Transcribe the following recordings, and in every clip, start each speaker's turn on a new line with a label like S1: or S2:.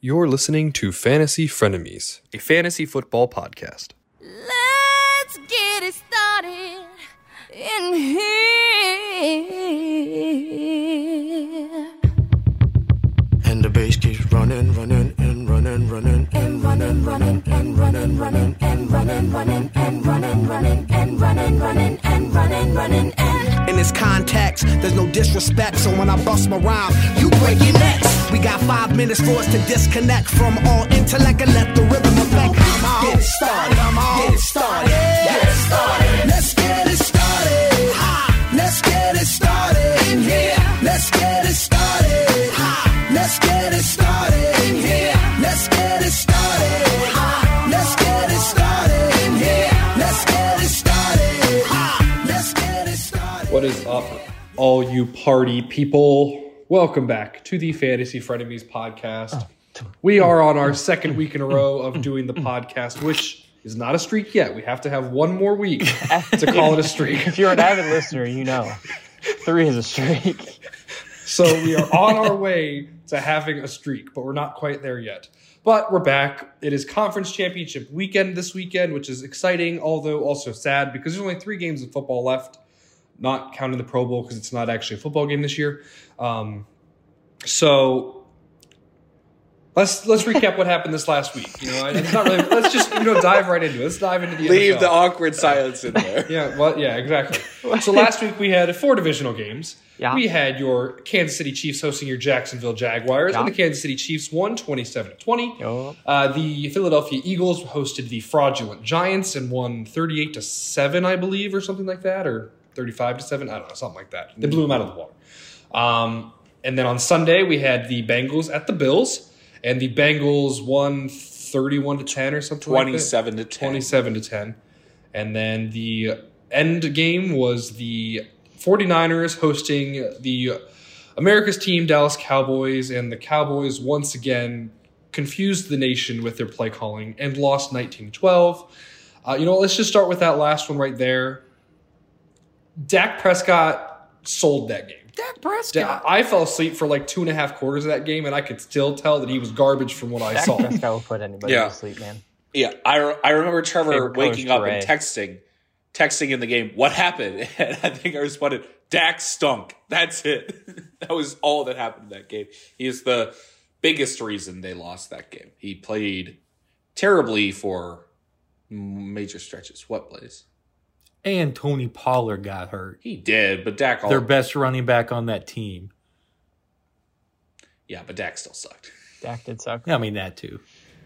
S1: You're listening to Fantasy Frenemies, a fantasy football podcast.
S2: Let's get it started in here.
S3: And the bass keeps running, running, and running, running, and running, running, and running, running, and running, running, and running, running, and running, running, and running, running, and.
S4: in this context. There's no disrespect, so when I bust my rhyme, you break your necks. We got five minutes for us to disconnect from all intellect and let the rhythm affect. Get it started, get it started, get it started. Let's get it started. Ha! Let's get it started in here. Let's get it started. Ha! Let's get it started in here. Let's get it started. Ha! Let's get it started in here. Let's get it started. Ha! Let's get it started.
S5: What is up, all you party people? Welcome back to the Fantasy Frenemies podcast. We are on our second week in a row of doing the podcast, which is not a streak yet. We have to have one more week to call it a streak.
S6: if you're an avid listener, you know three is a streak.
S5: So we are on our way to having a streak, but we're not quite there yet. But we're back. It is conference championship weekend this weekend, which is exciting, although also sad because there's only three games of football left, not counting the Pro Bowl because it's not actually a football game this year. Um, so let's let's recap what happened this last week. You know, and it's not really. Let's just you know dive right into it. Let's dive into the
S7: Leave
S5: NFL.
S7: the awkward silence in there.
S5: Yeah, well, yeah, exactly. so last week we had four divisional games.
S6: Yeah.
S5: We had your Kansas City Chiefs hosting your Jacksonville Jaguars, and
S6: Yeah.
S5: the Kansas City Chiefs won 27 to 20.
S6: Yup.
S5: Uh, the Philadelphia Eagles hosted the fraudulent Giants and won 38 to 7, I believe, or something like that, or 35 to 7. I don't know, something like that. They blew them out of the water. Um, and then on Sunday, we had the Bengals at the Bills, and the Bengals won 31 to 10 or something like that.
S7: 27 to 10.
S5: 27 to 10. And then the end game was the 49ers hosting the America's team, Dallas Cowboys, and the Cowboys once again confused the nation with their play calling and lost 19 12. Uh, you know, let's just start with that last one right there. Dak Prescott sold that game.
S7: Dak
S5: Da-
S7: Prescott.
S5: I fell asleep for like two and a half quarters of that game, and I could still tell that he was garbage from what I
S6: Dak
S5: saw.
S6: Prescott will put anybody
S7: Yeah.
S6: to sleep, man.
S7: Yeah, I, re- I remember Trevor
S6: Favorite color is
S7: waking up and
S6: gray.
S7: texting, texting in the game, what happened? And I think I responded, Dak stunk. That's it. that was all that happened in that game. He is the biggest reason they lost that game. He played terribly for major stretches. What plays?
S8: And Tony Pollard got hurt.
S7: He did, but Dak all,
S8: Their best running back on that team.
S7: Yeah, but Dak still sucked.
S6: Dak did suck.
S8: I mean that too.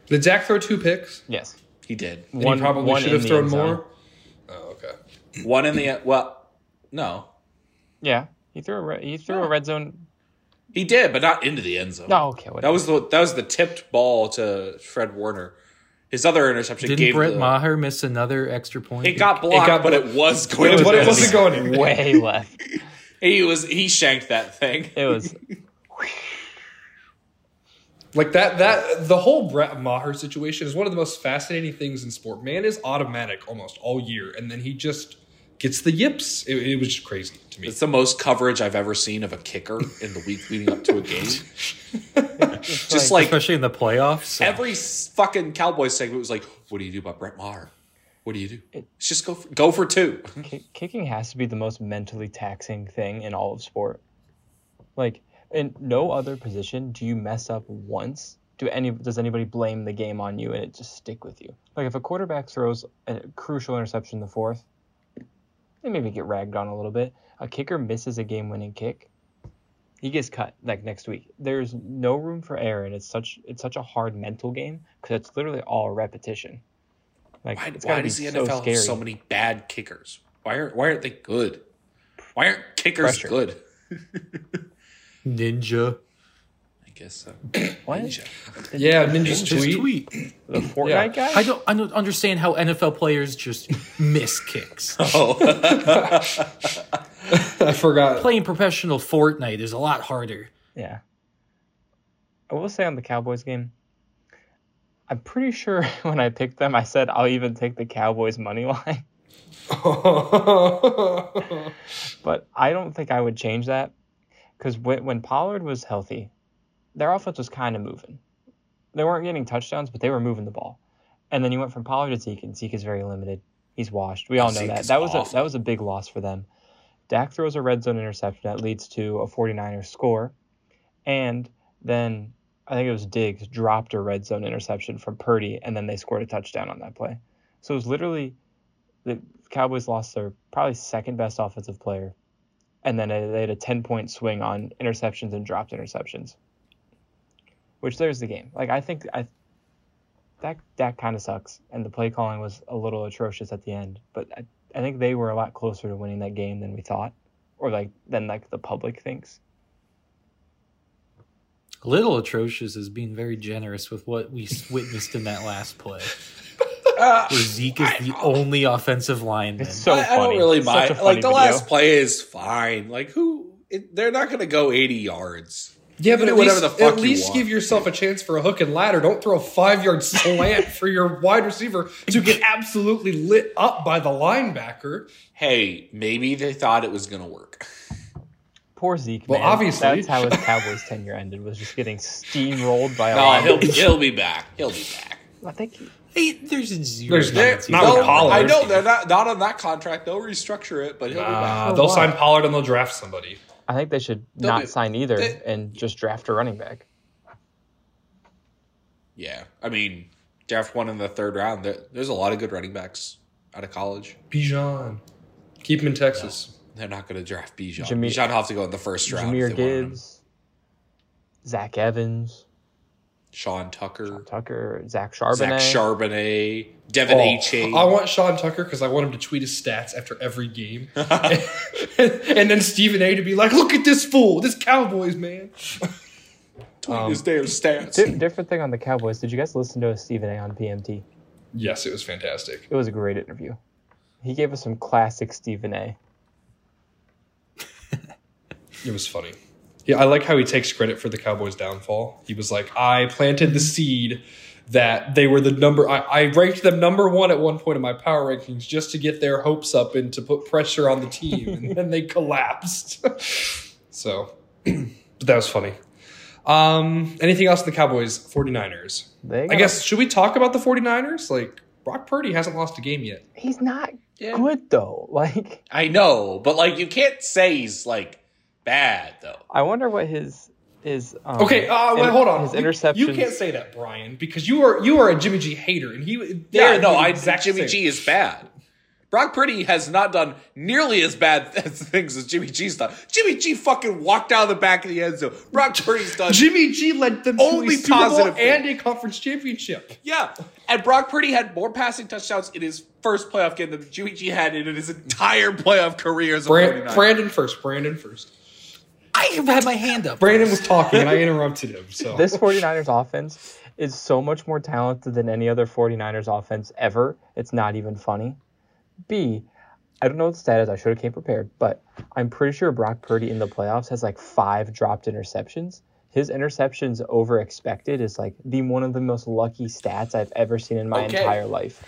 S5: Did Dak throw two picks?
S6: Yes.
S7: He did.
S5: And he probably should
S6: in
S5: have
S6: the
S5: thrown
S6: end zone.
S5: more. Oh, okay.
S7: One in the e, well, no,
S6: Yeah, he threw a re- he threw a red zone.
S7: he did, but not into the end zone.
S6: No, okay,
S7: That
S6: whatever.
S7: was the that was the tipped ball to Fred Warner. His other interception
S8: Didn't
S7: gave
S8: Brett
S7: the-
S8: Maher miss another extra point?
S7: It got blocked,
S5: got
S7: but
S5: blo-
S7: it was going. to
S5: but
S7: be
S5: it wasn't
S7: going.
S5: going anywhere.
S6: way left.
S7: He was he shanked that thing.
S6: It was
S5: Like that, that the whole Brett Maher situation is one of the most fascinating things in sport. Man is automatic almost all year, and then he just gets the yips. It, it was just crazy to me.
S7: It's the most coverage I've ever seen of a kicker in the week leading up to a game. Just like
S8: especially in the playoffs.
S7: every s- fucking Cowboys segment was like, "What do you do about Brett Maher? What do you do? It's just go for, go for two.
S6: Ki- kicking has to be the most mentally taxing thing in all of sport. Like in no other position do you mess up once. Do any does anybody blame the game on you and it just stick with you? Like if a quarterback throws a crucial interception in the fourth, they maybe get ragged on a little bit. A kicker misses a game-winning kick, he gets cut like next week. There's no room for error, and it's such it's such a hard mental game because it's literally all repetition. Like
S7: Why,
S6: it's gotta
S7: why
S6: be
S7: does the
S6: so
S7: NFL
S6: scary.
S7: have so many bad kickers? Why aren't why aren't they good? Why aren't kickers
S6: Pressure.
S7: good?
S8: Ninja.
S7: I guess so.
S6: What?
S5: Yeah, Ninja's
S8: Just
S5: tweet.
S8: tweet.
S6: The Fortnite
S5: Yeah.
S6: guy?
S8: I don't I don't understand how NFL players just miss kicks.
S5: I forgot.
S8: Playing professional Fortnite is a lot harder.
S6: Yeah. I will say on the Cowboys game, I'm pretty sure when I picked them, I said I'll even take the Cowboys money line, but I don't think I would change that because when, when Pollard was healthy, their offense was kind of moving. They weren't getting touchdowns, but they were moving the ball. And then you went from Pollard to Zeke, and Zeke is very limited. He's washed. We all know
S7: Zeke
S6: that.
S7: is
S6: That was a,
S7: awful.
S6: that was a big loss for them. Dak throws a red zone interception that leads to a 49er score, and then I think it was Diggs dropped a red zone interception from Purdy, and then they scored a touchdown on that play. So it was literally the Cowboys lost their probably second best offensive player, and then they they had a 10 point swing on interceptions and dropped interceptions, which there's the game. Like, I think I, that, that kind of sucks. And the play calling was a little atrocious at the end, but I, I think they were a lot closer to winning that game than we thought, or like than like the public thinks.
S8: A little atrocious is being very generous with what we s- witnessed in that last play, where Zeke is the only offensive lineman.
S6: It's so
S7: I, I
S6: funny.
S7: don't really
S6: It's such
S7: mind.
S6: a funny
S7: Like the
S6: video.
S7: last play is fine. Like who? It, they're not going to go eighty yards.
S5: Yeah,
S7: You
S5: but
S7: can
S5: at
S7: do whatever
S5: least,
S7: the fuck
S5: at
S7: you
S5: least
S7: want.
S5: give yourself a chance for a hook and ladder. Don't throw a five yard slant for your wide receiver to get absolutely lit up by the linebacker.
S7: Hey, maybe they thought it was going to work.
S6: Poor Zeke.
S5: Well,
S6: man.
S5: obviously.
S6: that's how his Cowboys tenure ended was just getting steamrolled by a.
S7: No,
S6: lineman.
S7: he'll he'll be back. He'll be back.
S6: I think he-
S8: Hey, there's a zero.
S5: There's
S8: chance
S5: that- not
S8: he's
S5: with
S8: gonna
S5: Pollard.
S7: I
S8: win.
S7: know they're not not on that contract. They'll restructure it, but he'll be back.
S5: Uh, they'll sign Pollard and they'll draft somebody.
S6: I think they should not
S7: be-
S6: sign either
S7: they-
S6: and just draft a running back.
S7: Yeah, I mean, draft one in the third round. There, there's a lot of good running backs out of college.
S5: Bijan. Keep him in Texas.
S7: They're not going to draft Bijan.
S6: Jame-
S7: Bijan have to go in the first round. if
S6: Jameer
S7: they want him.
S6: Gibbs, Zach Evans,
S7: Sean Tucker,
S6: Tucker, Zach Charbonnet.
S7: Zach Charbonnet, Devin
S5: Oh,
S7: A. Chain.
S5: I want Sean Tucker because I want him to tweet his stats after every game. and, and then Stephen A to be like, look at this fool, this Cowboys man.
S7: Tweet his damn
S6: Di-
S7: stats.
S6: different thing on the Cowboys. Did you guys listen to Stephen A on PMT?
S5: Yes, it was fantastic.
S6: It was a great interview. He gave us some classic Stephen A.
S5: It was funny. Yeah, I like how he takes credit for the Cowboys' downfall. He was like, I planted the seed that they were the number I, I ranked them number one at one point in my power rankings just to get their hopes up and to put pressure on the team, and then they collapsed. so but that was funny. Um, anything else in the Cowboys 49ers?
S6: They
S5: I
S6: got-
S5: guess should we talk about the 49ers? Like Brock Purdy hasn't lost a game yet.
S6: he's not
S7: Yeah.
S6: good though. Like
S7: I know, but like you can't say he's like bad though.
S6: I wonder what his his um,
S5: Okay, uh,
S6: in-
S5: well, hold on.
S6: his
S5: You-
S6: interceptions.
S5: You can't say that, Brian, because you are you are a Jimmy G hater, and he there.
S7: yeah, no,
S5: the
S7: I
S5: exact
S7: Jimmy
S5: same.
S7: G is bad. Brock Purdy has not done nearly as bad as things as Jimmy G's done. Jimmy G fucking walked out of the back of the end zone. Brock Purdy's done.
S5: Jimmy G led them only
S7: Only
S5: to a Super Bowl
S7: positive thing.
S5: and a conference championship.
S7: yeah, and Brock Purdy had more passing touchdowns in his first playoff game than Jimmy G had in his entire playoff career as a
S5: Brand,
S7: 49er.
S5: Brandon first. Brandon first.
S8: I had my hand up.
S5: Brandon was talking, and I interrupted him. So
S6: This 49ers offense is so much more talented than any other 49ers offense ever. It's not even funny. B, I don't know what the stat is. I should have came prepared, but I'm pretty sure Brock Purdy in the playoffs has like five dropped interceptions. His interceptions over expected is like the one of the most lucky stats I've ever seen in my
S7: Okay.
S6: entire life.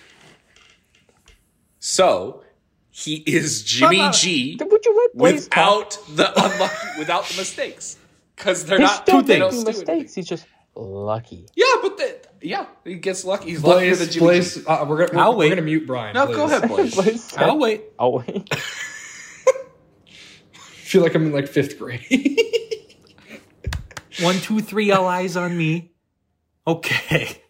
S7: So he is Jimmy
S8: uh,
S7: G
S6: Would you let Blaze talk?
S7: without the unlucky, without the mistakes, because they're
S6: He's
S7: not
S6: still
S7: they don't
S6: making
S7: do anything.
S6: mistakes. He's just lucky.
S7: Yeah, but the, yeah, he gets lucky. He's luckier than
S5: Blaze,
S7: Jimmy G.
S5: Blaze, uh, we're, gonna-
S8: I'll
S5: we're,
S8: wait.
S5: we're gonna mute Brian.
S7: No,
S5: Blaze.
S7: go ahead, Blaze.
S6: Blaze said-
S8: I'll wait.
S6: I'll wait.
S5: I feel like I'm in like fifth grade.
S8: One, two, three, all eyes on me. Okay.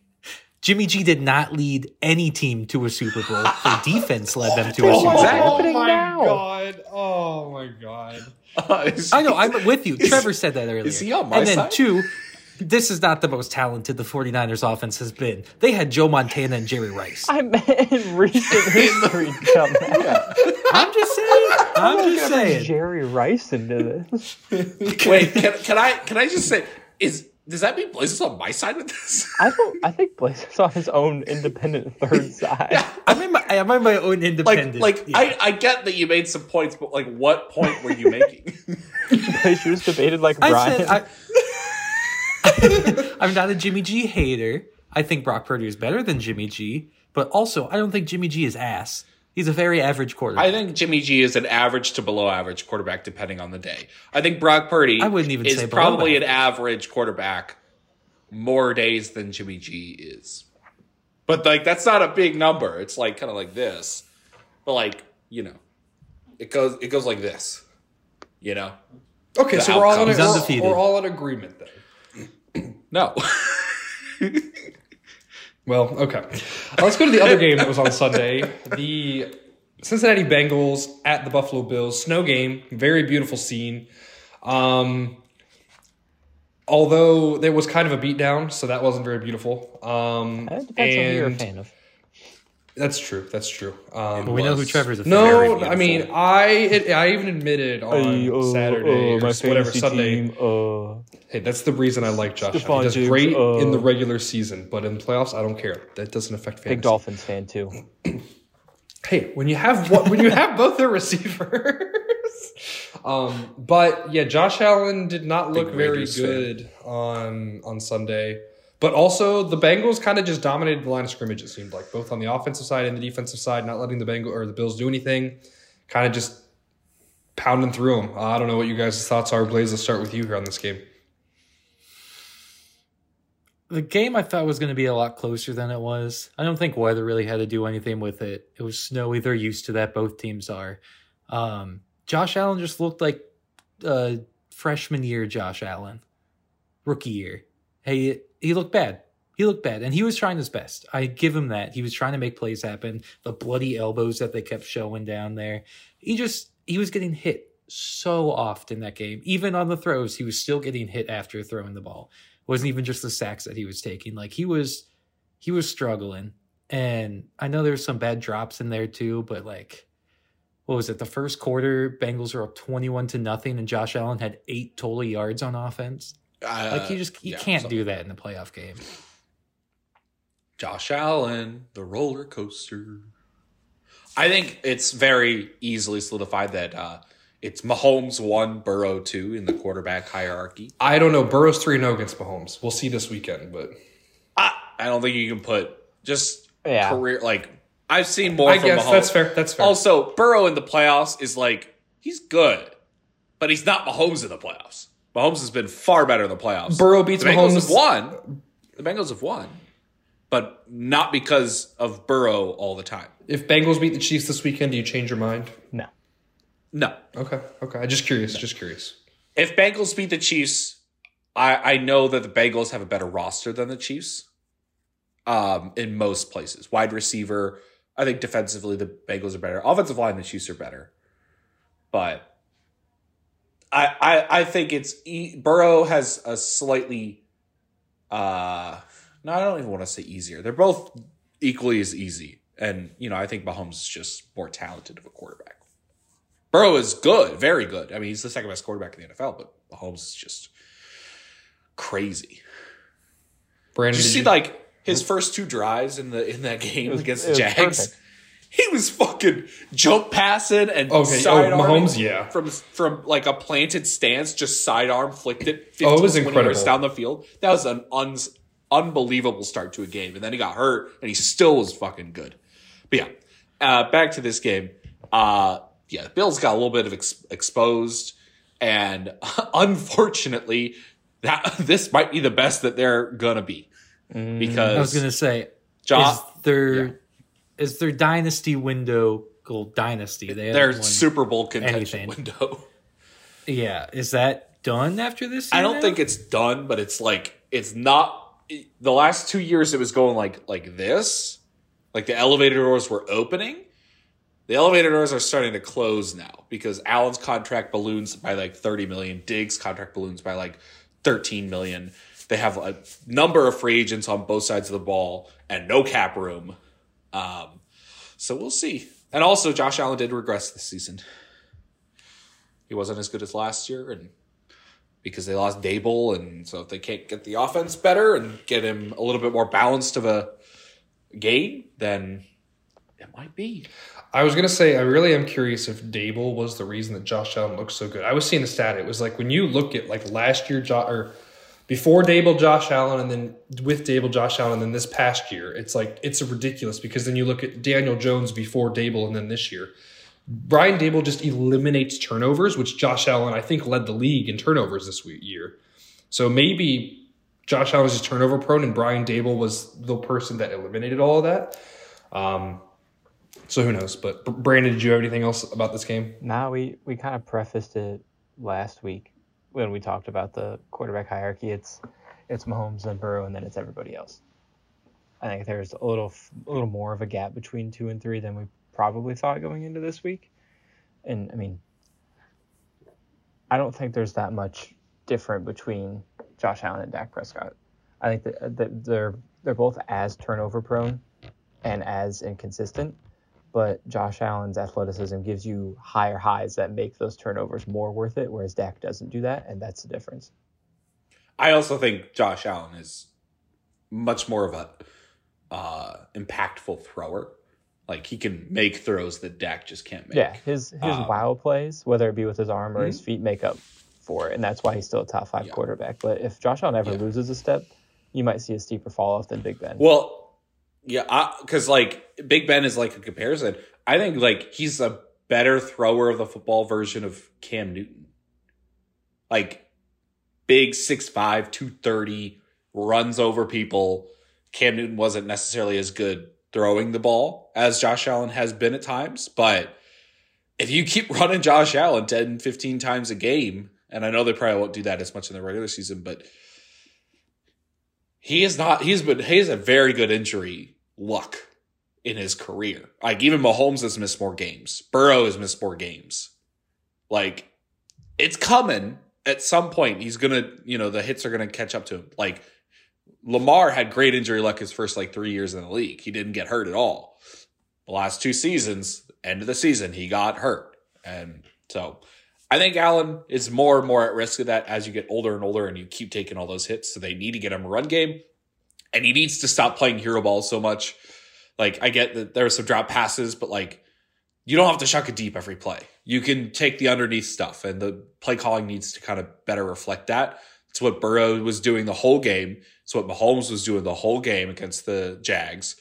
S8: Jimmy G did not lead any team to a Super Bowl. Their defense led them to a Super Bowl.
S6: What's happening
S5: Oh
S1: Oh
S5: my
S6: now?
S5: god! Oh my god!
S8: I know, I'm with you. Trevor said that earlier.
S7: is he on my
S8: And then
S7: side?
S8: two, this is not the most talented the 49ers offense has been. They had Joe Montana and Jerry Rice.
S6: I meant in recent history, dumbass.
S8: I'm just saying.
S7: Oh
S8: I'm just saying.
S6: Jerry Rice into this.
S7: Wait, can, can I can I just say is does that mean Blaze is on my side of this?
S6: I don't. I think Blazer's on his own independent third side.
S8: I'm in my, I'm in my own
S7: Like,
S8: independent.
S7: like
S8: yeah.
S7: I, I get that you made some points, but like, what point were you making?
S6: Blazer was debated like
S8: I
S6: Brian.
S8: said I, I'm not a Jimmy G hater. I think Brock Purdy is better than Jimmy G, but also I don't think Jimmy G is ass. He's a very average
S7: I
S8: quarterback.
S7: think Jimmy G is an average to below average quarterback, depending on the day. I think Brock Purdy
S8: I wouldn't even
S7: is
S8: say below
S7: probably an
S8: average.
S7: average quarterback more days than Jimmy G is. But like that's not a big number. It's like kind of like this. But like, you know, it goes it goes like this. You know?
S1: Okay,
S7: The
S1: so we're all,
S7: outcome.
S1: in a,
S7: He's
S1: we're,
S8: undefeated.
S1: we're all in agreement then.
S7: No.
S1: Well, okay. Uh, let's go to the other game that was on Sunday. The Cincinnati Bengals at the Buffalo Bills. Snow game. Very beautiful scene. Um, although there was kind of a beatdown, so that wasn't very beautiful. Um,
S6: It depends on who you're a
S1: and-
S6: fan of.
S1: That's true. That's true. Um,
S8: But we know who Trevor's a fan of.
S1: no, I mean, I it, I even admitted on
S6: uh,
S1: Saturday or whatever Sunday.
S6: Oh,
S1: Hey, that's the reason I like Josh. Allen.
S6: Stephon
S1: He does
S6: Diggs,
S1: great
S6: uh,
S1: in the regular season, but in playoffs, I don't care. That doesn't affect fantasy.
S6: big Dolphins fan too.
S1: hey, when you have what when you have both their receivers. um, but yeah, Josh Allen did not look very
S7: Raiders fan.
S1: good on on Sunday. But also the Bengals kind of just dominated the line of scrimmage. It seemed like both on the offensive side and the defensive side, not letting the Bengals or the Bills do anything. Kind of just pounding through them. I don't know what you guys' thoughts are. Blaze, let's start with you here on this game.
S8: the game I thought was going to be a lot closer than it was. I don't think weather really had to do anything with it. It was snowy. They're used to that. Both teams are. Um, Josh Allen just looked like uh, freshman year Josh Allen, rookie year. Hey, he looked bad. He looked bad, and he was trying his best. I give him that. He was trying to make plays happen. The bloody elbows that they kept showing down there. He just he was getting hit so often that game. Even on the throws, he was still getting hit after throwing the ball wasn't even just the sacks that he was taking. Like he was he was struggling. And I know there's some bad drops in there too, but like what was it? The first quarter, Bengals were up 21 to nothing and Josh Allen had 8 total yards on offense.
S7: Uh,
S8: Like you just you can't do that in the playoff game.
S7: Josh Allen, the roller coaster. I think it's very easily solidified that uh, it's Mahomes one, Burrow two in the quarterback hierarchy.
S1: I don't know. Burrow's three no against Mahomes. We'll see this weekend, but
S7: I, I don't think you can put just
S6: Yeah.
S7: career like I've seen more
S1: I
S7: from
S1: guess
S7: Mahomes.
S1: that's fair. That's fair.
S7: Also, Burrow in the playoffs is like he's good, but he's not Mahomes in the playoffs. Mahomes has been far better in the playoffs.
S1: Burrow beats
S7: the Bengals
S1: Mahomes.
S7: Have won. The Bengals have won, but not because of Burrow all the time.
S1: If Bengals beat the Chiefs this weekend, do you change your mind?
S6: No.
S7: No,
S1: Okay, okay. Just curious. Just curious.
S7: if Bengals beat the Chiefs, I, I know that the Bengals have a better roster than the Chiefs. Um, in most places, wide receiver. I think defensively the Bengals are better. Offensive line, the Chiefs are better. But I I, I think it's e- Burrow has a slightly. Uh, no, I don't even want to say easier. They're both equally as easy, and you know I think Mahomes is just more talented of a quarterback. Burrow is good, very good. I mean, he's the second best quarterback in the NFL, but Mahomes is just crazy.
S1: Brandon,
S7: Did you
S1: did
S7: see
S1: you-
S7: like his first two drives in the in that game
S6: was-
S7: against
S6: it
S7: the
S6: was
S7: Jags?
S6: perfect.
S7: He was fucking jump passing and
S1: Okay, oh,
S7: sidearming
S1: Mahomes, yeah.
S7: from from like a planted stance, just sidearm flicked it. 15,
S1: Oh, it was
S7: 20
S1: incredible.
S7: yards down the field. That was an un- unbelievable start to a game, and then he got hurt, and he still was fucking good. But yeah, uh, back to this game. Uh, yeah, the Bills got a little bit of ex- exposed, and unfortunately, that this might be the best that they're gonna be because
S8: Mm, I was going to say
S7: Ja-
S8: is their
S7: yeah.
S8: is their dynasty window well, dynasty. They
S7: their
S8: haven't won-
S7: Super Bowl contention
S8: anything.
S7: window.
S8: Yeah, is that done after this?
S7: I
S8: year
S7: don't
S8: now?
S7: think it's done, but it's like it's not. it- The last two years, it was going like like this, like the elevator doors were opening. The elevator doors are starting to close now because Allen's contract balloons by like thirty million. Diggs' contract balloons by like thirteen million. They have a number of free agents on both sides of the ball and no cap room. Um, so we'll see. And also, Josh Allen did regress this season. He wasn't as good as last year, and because they lost Dable, and so if they can't get the offense better and get him a little bit more balanced of a game, then it might be.
S1: I was gonna say I really am curious if Dable was the reason that Josh Allen looked so good. I was seeing a stat. It was like when you look at like last year, jo- or before Dable, Josh Allen, and then with Dable, Josh Allen, and then this past year, it's like it's ridiculous because then you look at Daniel Jones before Dable, and then this year. Brian Dable just eliminates turnovers, which Josh Allen I think led the league in turnovers this week, year. So maybe
S5: Josh Allen was just turnover prone, and Brian Dable was the person that eliminated all of that. Um, so who knows? But Br- Brandon, did you have anything else about this game?
S6: Now we we kind of prefaced it last week when we talked about the quarterback hierarchy. It's it's Mahomes and Burrow, and then it's everybody else. I think there's a little f- a little more of a gap between two and three than we probably thought going into this week. And I mean, I don't think there's that much different between Josh Allen and Dak Prescott. I think that, that they're they're both as turnover prone and as inconsistent but Josh Allen's athleticism gives you higher highs that make those turnovers more worth it, whereas Dak doesn't do that, and that's the difference.
S7: I also think Josh Allen is much more of a uh, impactful thrower. Like he can make throws that Dak just can't make.
S6: Yeah, his his
S7: Um, hmm
S6: wow plays, whether it be with his arm or his feet, make up for it, and that's why he's still a top five
S7: Yeah.
S6: quarterback. But if Josh Allen ever
S7: Yeah.
S6: loses a step, you might see a steeper fall off than Big Ben.
S7: Well, yeah, because like Big Ben is like a comparison. I think like he's a better thrower of the football version of Cam Newton. Like big 6'5, 230, runs over people. Cam Newton wasn't necessarily as good throwing the ball as Josh Allen has been at times, but if you keep running Josh Allen 10, 15 times a game, and I know they probably won't do that as much in the regular season, but he is not he's been he has a very good injury luck in his career. Like even Mahomes has missed more games. Burrow has missed more games. Like it's coming at some point. He's gonna, you know, the hits are gonna catch up to him. Like Lamar had great injury luck his first like three years in the league. He didn't get hurt at all. The last two seasons, end of the season, he got hurt. And so I think Allen is more and more at risk of that as you get older and older and you keep taking all those hits. So they need to get him a run game. And he needs to stop playing hero ball so much. Like, I get that there are some drop passes, but like, you don't have to chuck it deep every play. You can take the underneath stuff, and the play calling needs to kind of better reflect that. It's what Burrow was doing the whole game. It's what Mahomes was doing the whole game against the Jags.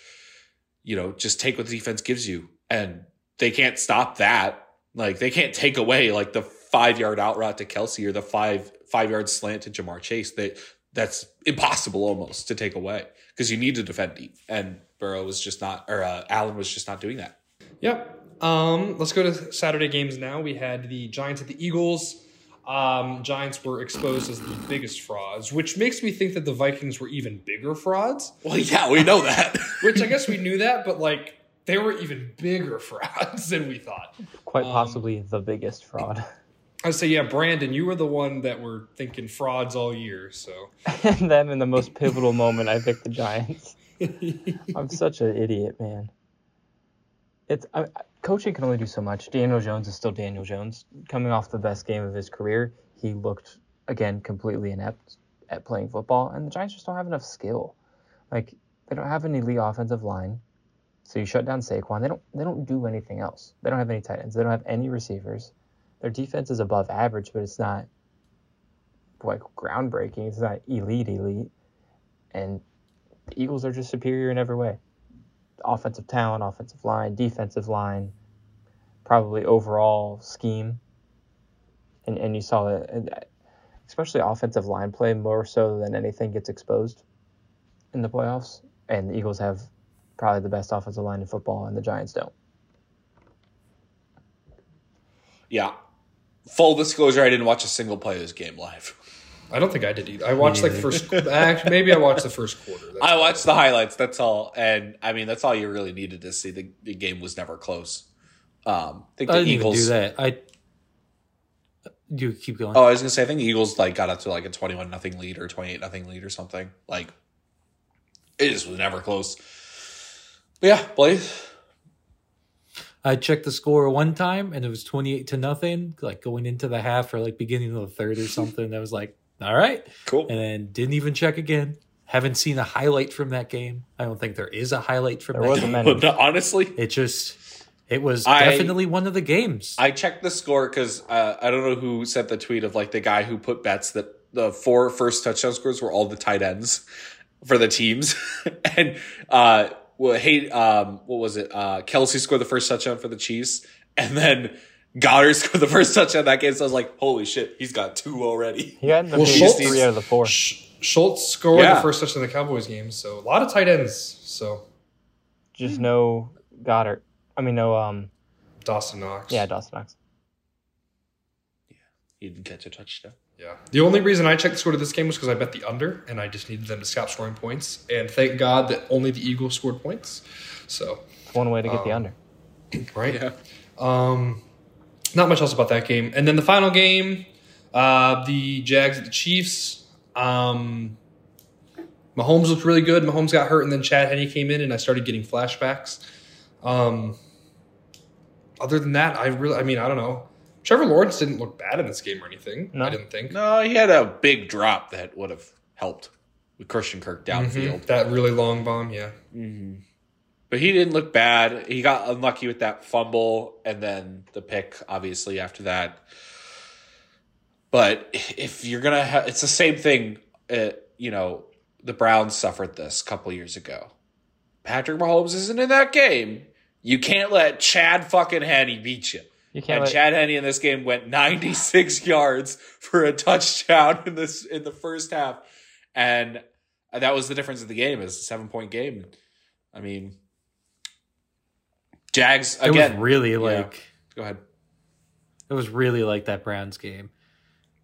S7: You know, just take what the defense gives you, and they can't stop that. Like they can't take away like the five yard out route to Kelsey or the five five yard slant to Jamar Chase. That that's impossible almost to take away because you need to defend deep. And Burrow was just not, or uh, Allen was just not doing that.
S5: Yep. Um, let's go to Saturday games now. We had the Giants at the Eagles. Um, Giants were exposed as the biggest frauds, which makes me think that the Vikings were even bigger frauds.
S7: Well, yeah, we know that.
S5: Which I guess we knew that, but like they were even bigger frauds than we thought.
S6: Quite
S5: um,
S6: possibly the biggest fraud.
S5: I say, yeah, Brandon, you were the one that were thinking frauds all year. So
S6: and then in the most pivotal moment, I picked the Giants. I'm such an idiot, man. It's I, I- coaching can only do so much. Daniel Jones is still Daniel Jones. Coming off the best game of his career, he looked again completely inept at playing football, and the Giants just don't have enough skill. Like they don't have an elite offensive line, so you shut down Saquon. They don't they don't do anything else. They don't have any tight ends. They don't have any receivers. Their defense is above average, but it's not like groundbreaking. It's not elite elite, and the Eagles are just superior in every way. Offensive talent, offensive line, defensive line, probably overall scheme. And and you saw that, and that- especially offensive line play more so than anything gets exposed in the playoffs. And the Eagles have probably the best offensive line in football, and the Giants don't.
S7: yeah. Full disclosure, I didn't watch a single play of this game live.
S5: I don't think I did either. I watched like first, actually, maybe I watched the first quarter. That's-
S7: I watched the highlights. That's all, and I mean that's all you really needed to see. The, the game was never close. Um, I think
S8: I
S7: the
S8: didn't
S7: Eagles.
S8: even do that. I do keep going.
S7: Oh, I was gonna say I think the Eagles like got up to like a twenty-one nothing lead or twenty-eight nothing lead or something. Like it just was never close. But yeah, Blaze.
S8: I checked the score one time and it was 28 to nothing, like going into the half or like beginning of the third or something. I was like, all right.
S7: Cool.
S8: And then didn't even check again. Haven't seen a highlight from that game. I don't think there is a highlight from
S6: There
S8: that
S6: wasn't
S8: game.
S6: many.
S7: Honestly,
S8: It just, it was
S7: I-
S8: definitely one of the games.
S7: I checked the score because uh, I don't know who sent the tweet of like the guy who put bets that the four first touchdown scores were all the tight ends for the teams, and uh, well, hey, um, what was it? Uh, Kelsey scored the first touchdown for the Chiefs, and then Goddard scored the first touchdown that game. So I was like, holy shit, he's got two already.
S6: He got in the
S5: Well,
S6: three-
S5: Schultz-
S6: three out of the four.
S5: Sh-
S1: Schultz scored
S7: Yeah.
S1: the first touchdown in the Cowboys game, so a lot of tight ends. So
S6: Just no Goddard. I mean, no. Um,
S1: Dawson Knox.
S6: yeah, Dawson Knox.
S7: He didn't catch a touchdown.
S1: Yeah. The only reason I checked the score to this game was because I bet the under, and I just needed them to stop scoring points. And thank God that only the Eagles scored points. So
S6: It's one way to get the under.
S1: right.
S7: Yeah.
S1: Um, not much else about that game. And then the final game, uh, the Jags at the Chiefs. Um, Mahomes looked really good. Mahomes got hurt, and then Chad Henney came in, and I started getting flashbacks. Um, other than that, I really, I mean, I don't know. Trevor Lawrence didn't look bad in this game or anything.
S6: No.
S1: I didn't think.
S7: No, he had a big drop that would have helped with Christian Kirk downfield.
S1: Mhm. That really long bomb, yeah.
S7: But he didn't look bad. He got unlucky with that fumble and then the pick, obviously, after that. But if you're going to have, it's the same thing. Uh, you know, the Browns suffered this a couple years ago. Patrick Mahomes isn't in that game. You can't let Chad fucking Henney beat you.
S6: You can't.
S7: and
S6: Let,
S7: Chad Henney in this game went 96 yards for a touchdown in this in the first half, and that was the difference of the game. It was a seven point game. I mean, Jags
S8: It
S7: again.
S8: was really
S7: yeah.
S8: like
S7: Go ahead.
S8: it was really like that Browns game.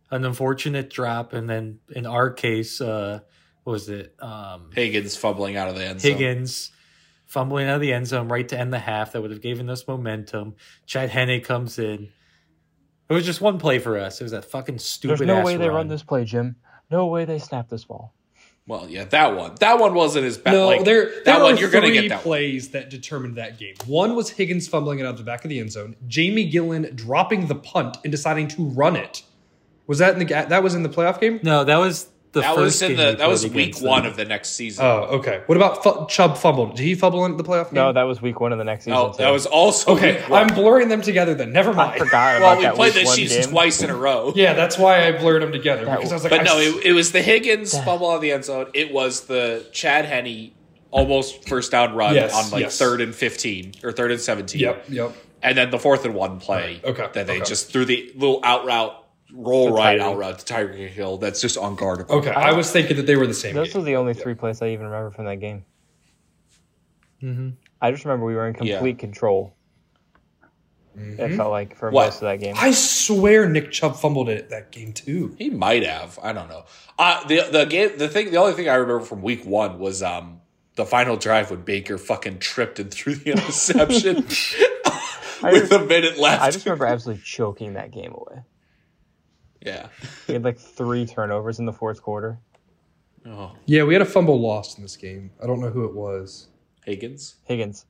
S8: An unfortunate drop, and then in our case, uh, what was it? Um,
S7: Higgins fumbling out of the end zone.
S8: Higgins fumbling out of the end zone right to end the half that would have given us momentum. Chad Henne comes in. It was just one play for us. It was that fucking stupid.
S6: there's no
S8: ass
S6: way they run
S8: run
S6: this play, Jim. No way they snap this ball.
S7: Well, yeah, that one. That one wasn't as bad.
S1: no,
S7: like,
S1: there,
S7: that
S1: there
S7: one.
S1: were
S7: You're gonna
S1: three
S7: get that one.
S1: plays that determined that game. One was Higgins fumbling it out the back of the end zone. Jamie Gillen dropping the punt and deciding to run it. Was that in the ga- that was in the playoff game?
S8: No, that was the
S7: That
S8: first
S7: was in
S8: game
S7: the.
S8: we
S7: That was
S8: played
S7: week
S8: against them.
S7: one of the next season.
S1: Oh, okay. What about fu- Chubb fumbled? Did he fumble in the playoff game?
S6: No, that was week one of the next season.
S7: oh,
S6: too.
S7: that was also
S1: okay,
S7: week one.
S1: I'm blurring them together then. Never mind.
S6: I forgot about
S7: well, we
S6: that
S7: played
S6: week
S7: the
S6: one
S7: Chiefs
S6: game.
S7: twice in a row.
S1: Yeah, that's why I blurred them together because I was like,
S7: But
S1: I
S7: no,
S1: s-
S7: it, it was the Higgins fumble on the end zone. It was the Chad Henney almost first down run
S1: Yes,
S7: on like
S1: yes.
S7: third and fifteen or third and seventeen.
S1: yep, yep.
S7: And then the fourth and one play.
S1: Right, okay,
S7: That they
S1: okay.
S7: just threw the little out route, roll right
S6: Tyreek.
S7: out route to Tyreek Hill. That's just unguardable.
S1: Okay, I, was thinking that they were the same.
S6: Those
S1: game.
S6: were the only three plays I even remember from that game. Mm-hmm. I just remember we were in
S7: Yeah.
S6: complete control. It felt like for
S7: What?
S6: most of that game.
S1: I swear, Nick Chubb fumbled it that game too.
S7: He might have. I don't know. Uh, the the game the thing the only thing I remember from week one was um the final drive when Baker fucking tripped and threw the interception with
S6: just-
S7: a minute left.
S6: I just remember absolutely choking that game away.
S7: yeah.
S6: We had like three turnovers in the fourth quarter.
S7: Oh,
S1: Yeah, we had a fumble lost in this game. I don't know who it was.
S7: Higgins.
S6: Higgins.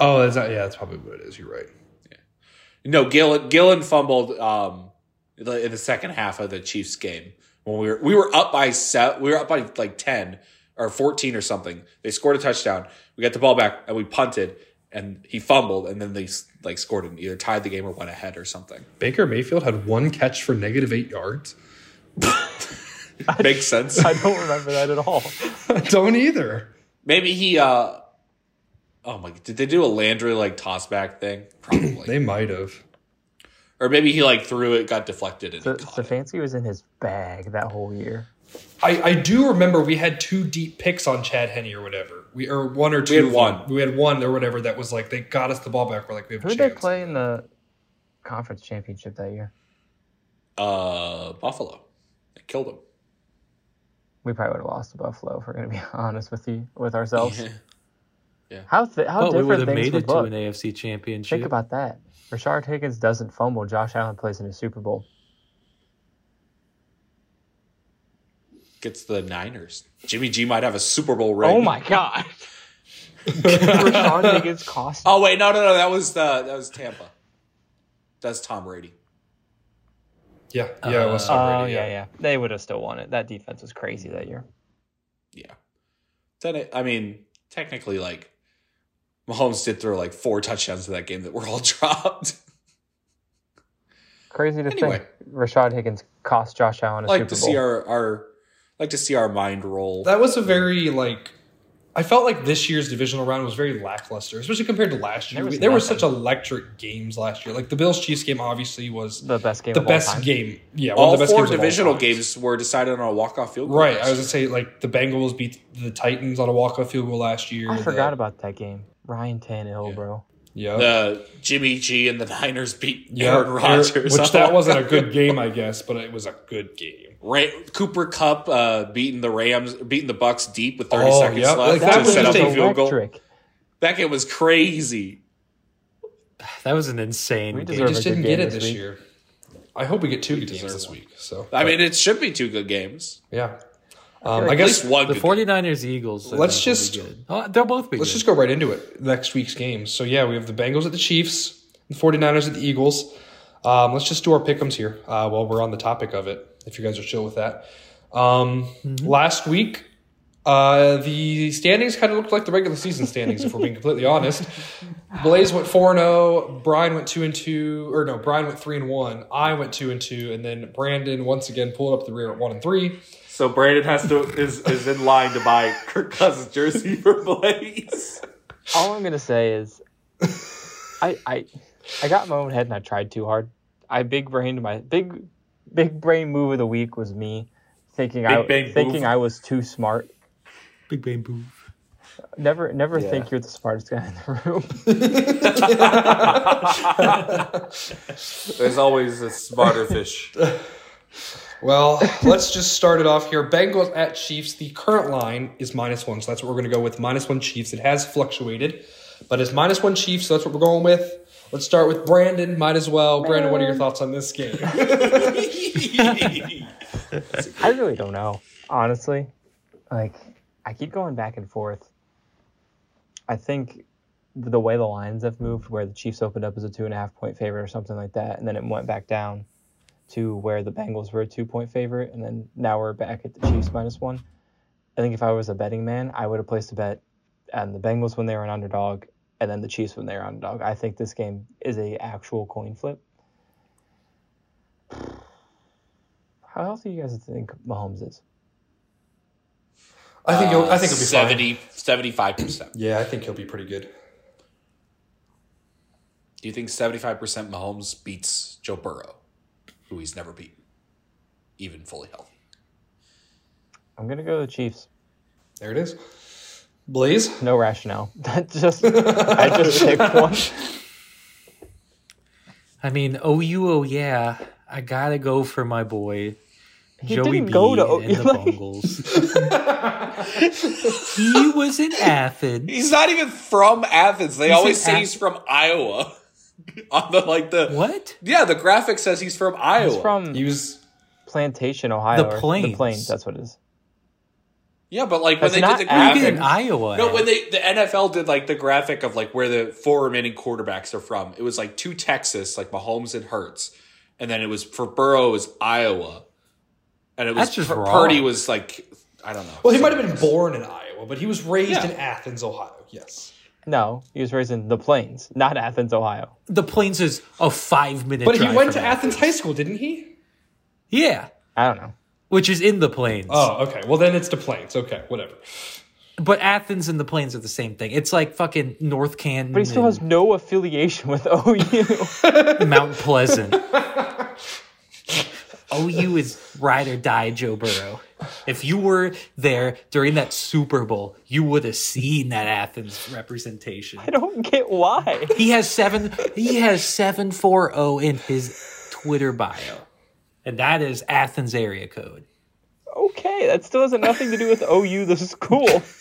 S1: Oh, is that, yeah, that's probably what it is. You're right.
S7: No, Gillen, Gillen fumbled um, the, in the second half of the Chiefs game when we were we were up by set we were up by like ten or fourteen or something. They scored a touchdown. We got the ball back and we punted and he fumbled and then they s- like scored and either tied the game or went ahead or something.
S1: Baker Mayfield had one catch for negative eight yards.
S7: Makes sense.
S6: I don't remember that at all.
S1: I don't either.
S7: Maybe he. uh Oh my! Did they do a Landry like toss back thing? Probably.
S1: They might have.
S7: or maybe he like threw it, got deflected, and he
S6: So
S7: caught it.
S6: Stefanski was in his bag that whole year.
S1: I, I do remember we had two deep picks on Chad Henney or whatever. We or one or two.
S7: had
S1: of them.
S7: one.
S1: We had one or whatever that was like they got us the ball back. We're like we have
S6: Who
S1: a
S6: did they
S1: chance.
S6: play in the conference championship that year?
S7: Uh, Buffalo. They killed him.
S6: We probably would have lost to Buffalo if we're going to be honest with you with ourselves.
S7: Yeah.
S6: How th- how
S8: But we
S6: different
S8: would have
S6: things
S8: made
S6: would
S8: it to
S6: look.
S8: an AFC championship.
S6: Think about that. Rashard Higgins doesn't fumble. Josh Allen plays in a Super Bowl.
S7: Gets the Niners. Jimmy G might have a Super Bowl ring.
S6: Oh my god. Rashard Higgins cost.
S7: Oh wait, no, no, no. That was the that was Tampa. That's Tom Brady.
S1: Yeah, yeah, it was
S8: Uh,
S1: Tom
S6: oh
S1: Brady,
S6: yeah, yeah. They would have still won it. That defense was crazy that year.
S7: Yeah. Then it, I mean, technically, like Mahomes did throw like four touchdowns in that game that were all dropped.
S6: Crazy to
S7: Anyway.
S6: think. Rashad Higgins cost Josh Allen a
S7: like
S6: Super
S7: to
S6: Bowl.
S7: see our our like to see our mind roll.
S1: That was a very like. I felt like this year's divisional round was very lackluster, especially compared to last year.
S6: There
S1: There,
S6: was
S1: were
S6: nothing.
S1: such electric games last year. Like the Bills Chiefs game, obviously was
S6: The best game
S1: the
S6: of all
S1: best
S6: time.
S1: game. Yeah, one
S7: all
S1: of the best
S7: four
S1: games of all
S7: divisional
S1: time.
S7: games were decided on a walk-off field goal.
S1: Right. I was gonna say like the Bengals beat the Titans on a walk-off field goal last year.
S6: I
S1: The-
S6: forgot about that game. Ryan Tannehill, bro.
S1: Yeah.
S7: the Jimmy G and the Niners beat
S1: Yeah,
S7: Aaron Rodgers,
S1: which that wasn't a good game, I guess, but it was a good game.
S7: Ra- Cooper Cup uh, beating the Rams, beating the Bucks deep with thirty
S1: Oh,
S7: seconds
S1: yep.
S7: left
S1: Like, that
S7: to
S1: was
S7: set up
S1: just
S7: a field goal.
S6: electric.
S7: That game was crazy.
S8: That was an insane.
S6: We
S8: game.
S1: We
S6: deserve
S1: just
S6: a good
S1: didn't get
S6: game
S1: it
S6: this
S1: this
S6: week.
S1: year. I hope we get two good games
S7: deserve
S1: this
S7: one.
S1: week. So
S7: I mean, it should be two good games.
S1: yeah, um,
S6: like
S1: I
S7: At least
S1: guess
S7: one.
S8: The
S7: good
S8: 49ers Eagles. I
S1: Let's
S8: think, will be
S1: just-
S8: good. Oh, they'll both be.
S1: Let's
S8: good.
S1: just go right into it. Next week's games. So yeah, we have the Bengals at the Chiefs, the 49ers at the Eagles. Um, let's just do our pick'ems here uh, while we're on the topic of it. If you guys are chill with that. Um, Last week, uh, the standings kind of looked like the regular season standings. if we're being completely honest, Blaze went four and zero. Brian went two and two, or no, Brian went three and one. I went two and two, and then Brandon once again pulled up the rear at one and three.
S7: So Brandon has to is is in line to buy Kirk Cousins jersey for Blaze.
S6: All I'm gonna say is, I I I got in my own head and I tried too hard. I big brained my big big brain move of the week was me thinking I
S7: Big brain
S6: thinking
S7: move.
S6: I was too smart.
S8: Big Bang Boo.
S6: Never never think you're the smartest guy in the room.
S7: There's always a smarter fish.
S1: Well, let's just start it off here. Bengals at Chiefs. The current line is minus one, so that's what we're going to go with. Minus one Chiefs. It has fluctuated, but it's minus one Chiefs, so that's what we're going with. Let's start with Brandon. Might as well. Brandon, what are your thoughts on this game?
S6: I really don't know, honestly. Like, I keep going back and forth. I think the way the lines have moved, where the Chiefs opened up as a two and a half point favorite or something like that, and then it went back down to where the Bengals were a two point favorite, and then now we're back at the Chiefs minus one. I think if I was a betting man, I would have placed a bet on the Bengals when they were an underdog, and then the Chiefs when they were underdog. I think this game is a actual coin flip. How healthy do you guys think Mahomes is?
S1: I think he'll, I think he'll be fine.
S7: 70, 75 percent.
S1: Yeah, I think he'll be pretty good.
S7: Do you think seventy five percent Mahomes beats Joe Burrow, who he's never beaten, even fully healthy?
S6: I'm gonna go to the Chiefs.
S1: There it is. Blaze.
S6: No rationale. That just I just picked one.
S8: I mean, oh you, oh yeah. I gotta go for my boy.
S6: He
S8: Joey
S6: didn't
S8: B
S6: go to O-
S8: and the
S6: like-
S8: Bungles. he was in Athens.
S7: He's not even from Athens. They
S8: He's
S7: always
S8: an
S7: say
S8: Ath-
S7: he's from Iowa. On the like the
S8: What?
S7: yeah, the graphic says he's from Iowa.
S6: He's from
S1: He was.
S6: Plantation, Ohio.
S8: The
S6: or- The
S8: Plains.
S6: Plains. That's what it is.
S7: yeah, but like when
S6: That's
S7: they
S6: not
S7: did the
S8: Look
S6: Athens.
S7: graphic,
S8: in Iowa.
S7: no, when they the NFL did like the graphic of like where the four remaining quarterbacks are from, it was like two Texas, like Mahomes and Hurts, and then it was for Burrow it was Iowa, and it was
S8: That's just
S7: Pur-
S8: wrong.
S7: Purdy was like I don't know.
S1: Well, he might have been born in Iowa, but he was raised
S7: Yeah.
S1: in Athens, Ohio. Yes.
S6: No, he was raised in the Plains, not Athens, Ohio.
S8: the plains is a five minute.
S1: But he
S8: drive
S1: went to
S8: from
S1: Athens High School, didn't he?
S8: Yeah,
S6: I don't know.
S8: which is in the plains.
S1: Oh, okay. Well, then it's the Plains. Okay, whatever.
S8: But Athens and the plains are the same thing. It's like fucking North Canton.
S6: But he still
S1: Hmm.
S6: has no affiliation with OU.
S8: Mount Pleasant. OU is ride or die Joe Burrow. If you were there during that Super Bowl, you would have seen that Athens representation.
S6: I don't get why.
S8: He has seven he has seven four oh in his Twitter bio. And that is Athens area code.
S6: Okay, that still has nothing to do with OU, the school.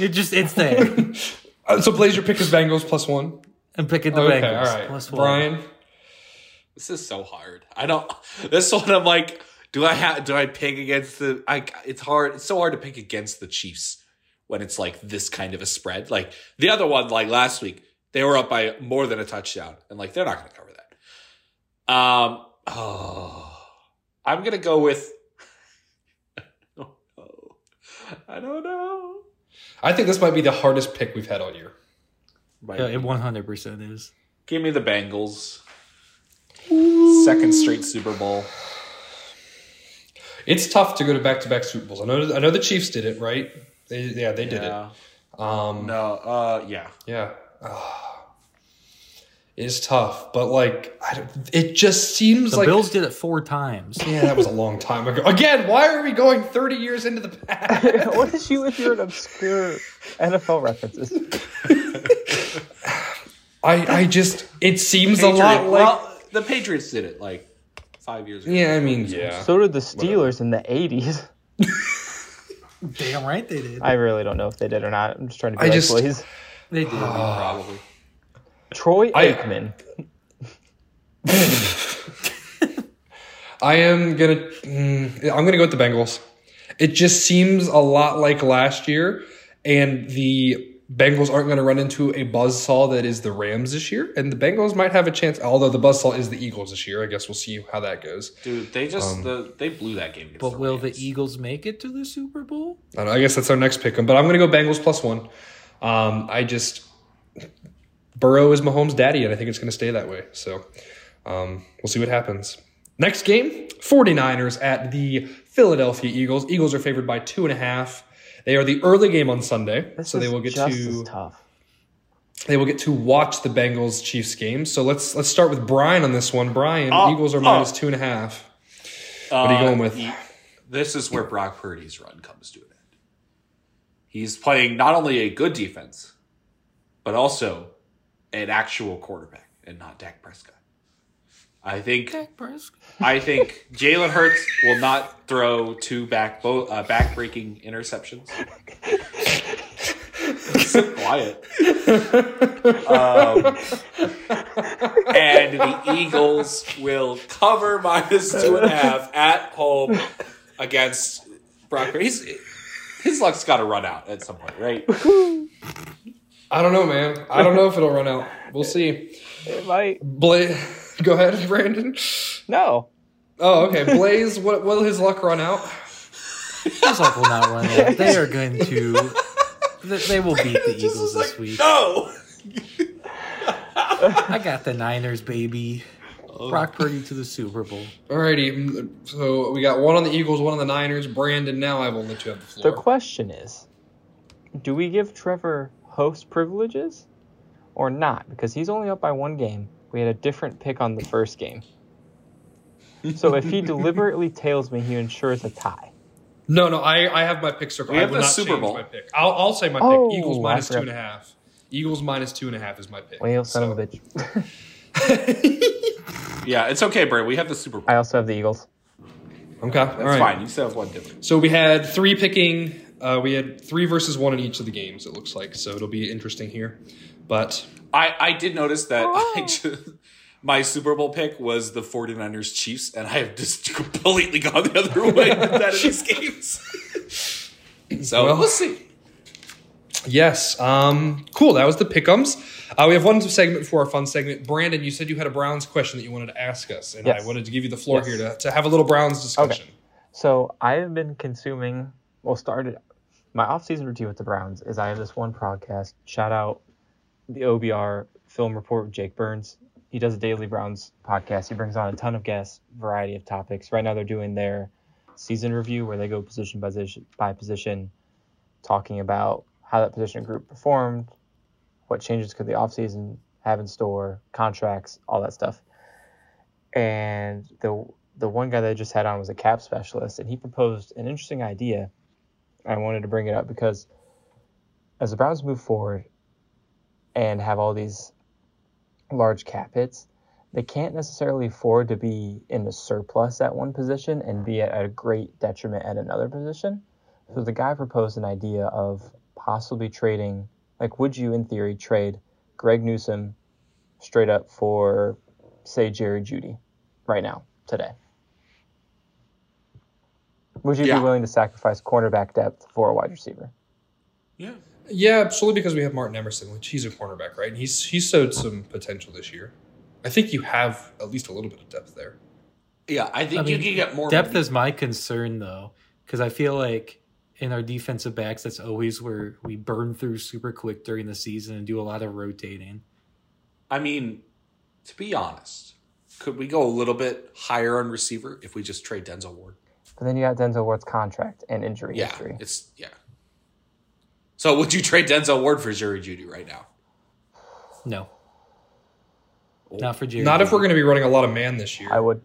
S8: It just it's there.
S1: Uh, So, Blaze, your pick is Bengals plus one.
S8: I'm picking the
S1: Okay,
S8: Bengals.
S1: all right.
S8: Plus one.
S1: Brian.
S7: This is so hard. I don't. This one, I'm like, do I have? Do I pick against the? I. It's hard. It's so hard to pick against the Chiefs when it's like this kind of a spread. Like the other one, like last week, they were up by more than a touchdown, and like they're not going to cover that. Um. Oh, I'm gonna go with. I don't know. I don't know.
S1: I think this might be the hardest pick we've had all year.
S7: Might
S8: Yeah,
S7: be.
S8: it 100% is.
S7: Give me the Bengals. Second straight Super Bowl.
S1: It's tough to go to back-to-back Super Bowls. I know, I know the Chiefs did it, right? They, yeah, they did
S7: Yeah.
S1: it. Um,
S7: No, uh, yeah.
S1: Yeah. Ah. it is tough, but like, I don't, it just seems
S8: The
S1: like.
S8: Bills did it four times.
S1: yeah, that was a long time ago. Again, why are we going 30 years into the past?
S6: what is you with your obscure NFL references?
S1: I, I just, it seems a
S7: Patriot-
S1: lot like.
S7: well, the Patriots did it like five years ago.
S1: yeah, I mean, yeah.
S6: So did the Steelers in the '80s.
S8: Damn right they did.
S6: I really don't know if they did or not. I'm just trying to be
S1: I
S6: like,
S1: just-
S6: please.
S8: They did.
S1: Oh,
S7: probably.
S6: Troy
S1: I-
S6: Aikman.
S1: I am gonna. Mm, I'm gonna go with the Bengals. It just seems a lot like last year, and the Bengals aren't gonna run into a buzzsaw that is the Rams this year, and the Bengals might have a chance. Although the buzzsaw is the Eagles this year, I guess we'll see how that goes.
S7: Dude, they just
S1: Um,
S7: the, they blew that game. Against
S8: but will the
S1: E-
S7: Rams.
S8: Eagles make it to the Super Bowl?
S1: I, don't know, I guess that's our next pick 'em, but I'm gonna go Bengals plus one. Um, I just Burrow is Mahomes' daddy, and I think it's gonna stay that way. So um, we'll see what happens. Next game 49ers at the Philadelphia Eagles. Eagles are favored by two and a half. They are the early game on Sunday,
S6: This
S1: so they
S6: is
S1: will get
S6: just
S1: to
S6: as tough.
S1: they will get to watch the Bengals Chiefs game. So let's let's start with Brian on this one. Brian,
S7: Oh,
S1: Eagles are
S7: oh.
S1: minus two and a half. What are you
S7: Uh,
S1: going with?
S7: he- this is where Brock Purdy's run comes to an end. He's playing not only a good defense, but also an actual quarterback and not Dak Prescott. I think I think Jalen Hurts will not throw two back bo- uh, back breaking interceptions. Sit quiet. Um, and the Eagles will cover minus two and a half at home against Brock. He's, his luck's got to run out at some point, right?
S1: I don't know, man. I don't know if it'll run out. We'll see.
S6: It might.
S1: Bla- go ahead, Brandon.
S6: No.
S1: Oh, okay. Blaze, what will his luck run out?
S8: Bills will not run out. They are going to. th- They will beat the Eagles this week.
S7: No.
S8: I got the Niners, baby.
S1: Oh.
S8: Brock Purdy to the Super Bowl.
S1: Alrighty. mm, So we got one on the Eagles, one on the Niners. Brandon, now I will let you have the
S6: The
S1: floor.
S6: question is, do we give Trevor host privileges or not? Because he's only up by one game. We had a different pick on the first game. So if he deliberately tails me, he ensures a tie.
S1: no, no, I, I have my pick circle.
S7: We
S1: I
S7: have
S1: will
S7: the
S1: not
S7: Super
S1: change
S7: Bowl.
S1: my pick. I'll, I'll say my
S6: Oh,
S1: pick. Eagles
S6: I
S1: minus two
S6: forgot.
S1: and a half. Eagles minus two and a half is my pick.
S6: Whale son of a bitch.
S7: Yeah, it's okay, Brad. We have the Super Bowl.
S6: I also have the Eagles.
S1: Okay, all
S7: That's
S1: right.
S7: fine. You still have one difference.
S1: So we had three picking. Uh, we had three versus one in each of the games. It looks like so it'll be interesting here. But
S7: I, I did notice that I just, my Super Bowl pick was the 49ers Chiefs, and I have just completely gone the other way with that in these games. so
S1: Well-
S7: we'll see.
S1: yes, um, cool. That was the pickums. Uh, we have one segment for our fun segment. Brandon, you said you had a Browns question that you wanted to ask us, and
S6: Yes.
S1: I wanted to give you the floor
S6: Yes.
S1: here to, to have a little Browns discussion.
S6: So I have been consuming, well, started my off-season routine with the Browns is I have this one podcast. Shout out the OBR film report with Jake Burns. He does a daily Browns podcast. He brings on a ton of guests, variety of topics. Right now they're doing their season review where they go position by position, by position talking about how that position group performed, what changes could the offseason have in store, contracts, all that stuff. And the the one guy that I just had on was a cap specialist, and he proposed an interesting idea. I wanted to bring it up because as the Browns move forward and have all these large cap hits, they can't necessarily afford to be in a surplus at one position and be at a great detriment at another position. So the guy proposed an idea of possibly trading, like, would you in theory trade Greg Newsom straight up for, say, Jerry Judy right now, today? Would you
S7: Yeah.
S6: be willing to sacrifice cornerback depth for a wide receiver?
S7: Yeah.
S1: Yeah, absolutely. Because we have Martin Emerson, which he's a cornerback, right? And he's he showed some potential this year. I think you have at least a little bit of depth there.
S7: Yeah, I think
S8: I
S7: you
S8: mean,
S7: can get more
S8: Depth is my concern though, because I feel like in our defensive backs, that's always where we burn through super quick during the season and do a lot of rotating.
S7: I mean, to be honest, could we go a little bit higher on receiver if we just trade Denzel Ward?
S6: But then you got Denzel Ward's contract and injury
S7: Yeah,
S6: history.
S7: it's yeah. So would you trade Denzel Ward for Jerry Judy right now?
S8: No. Not for Jerry.
S5: Not if we're going to be running a lot of man this year.
S6: I would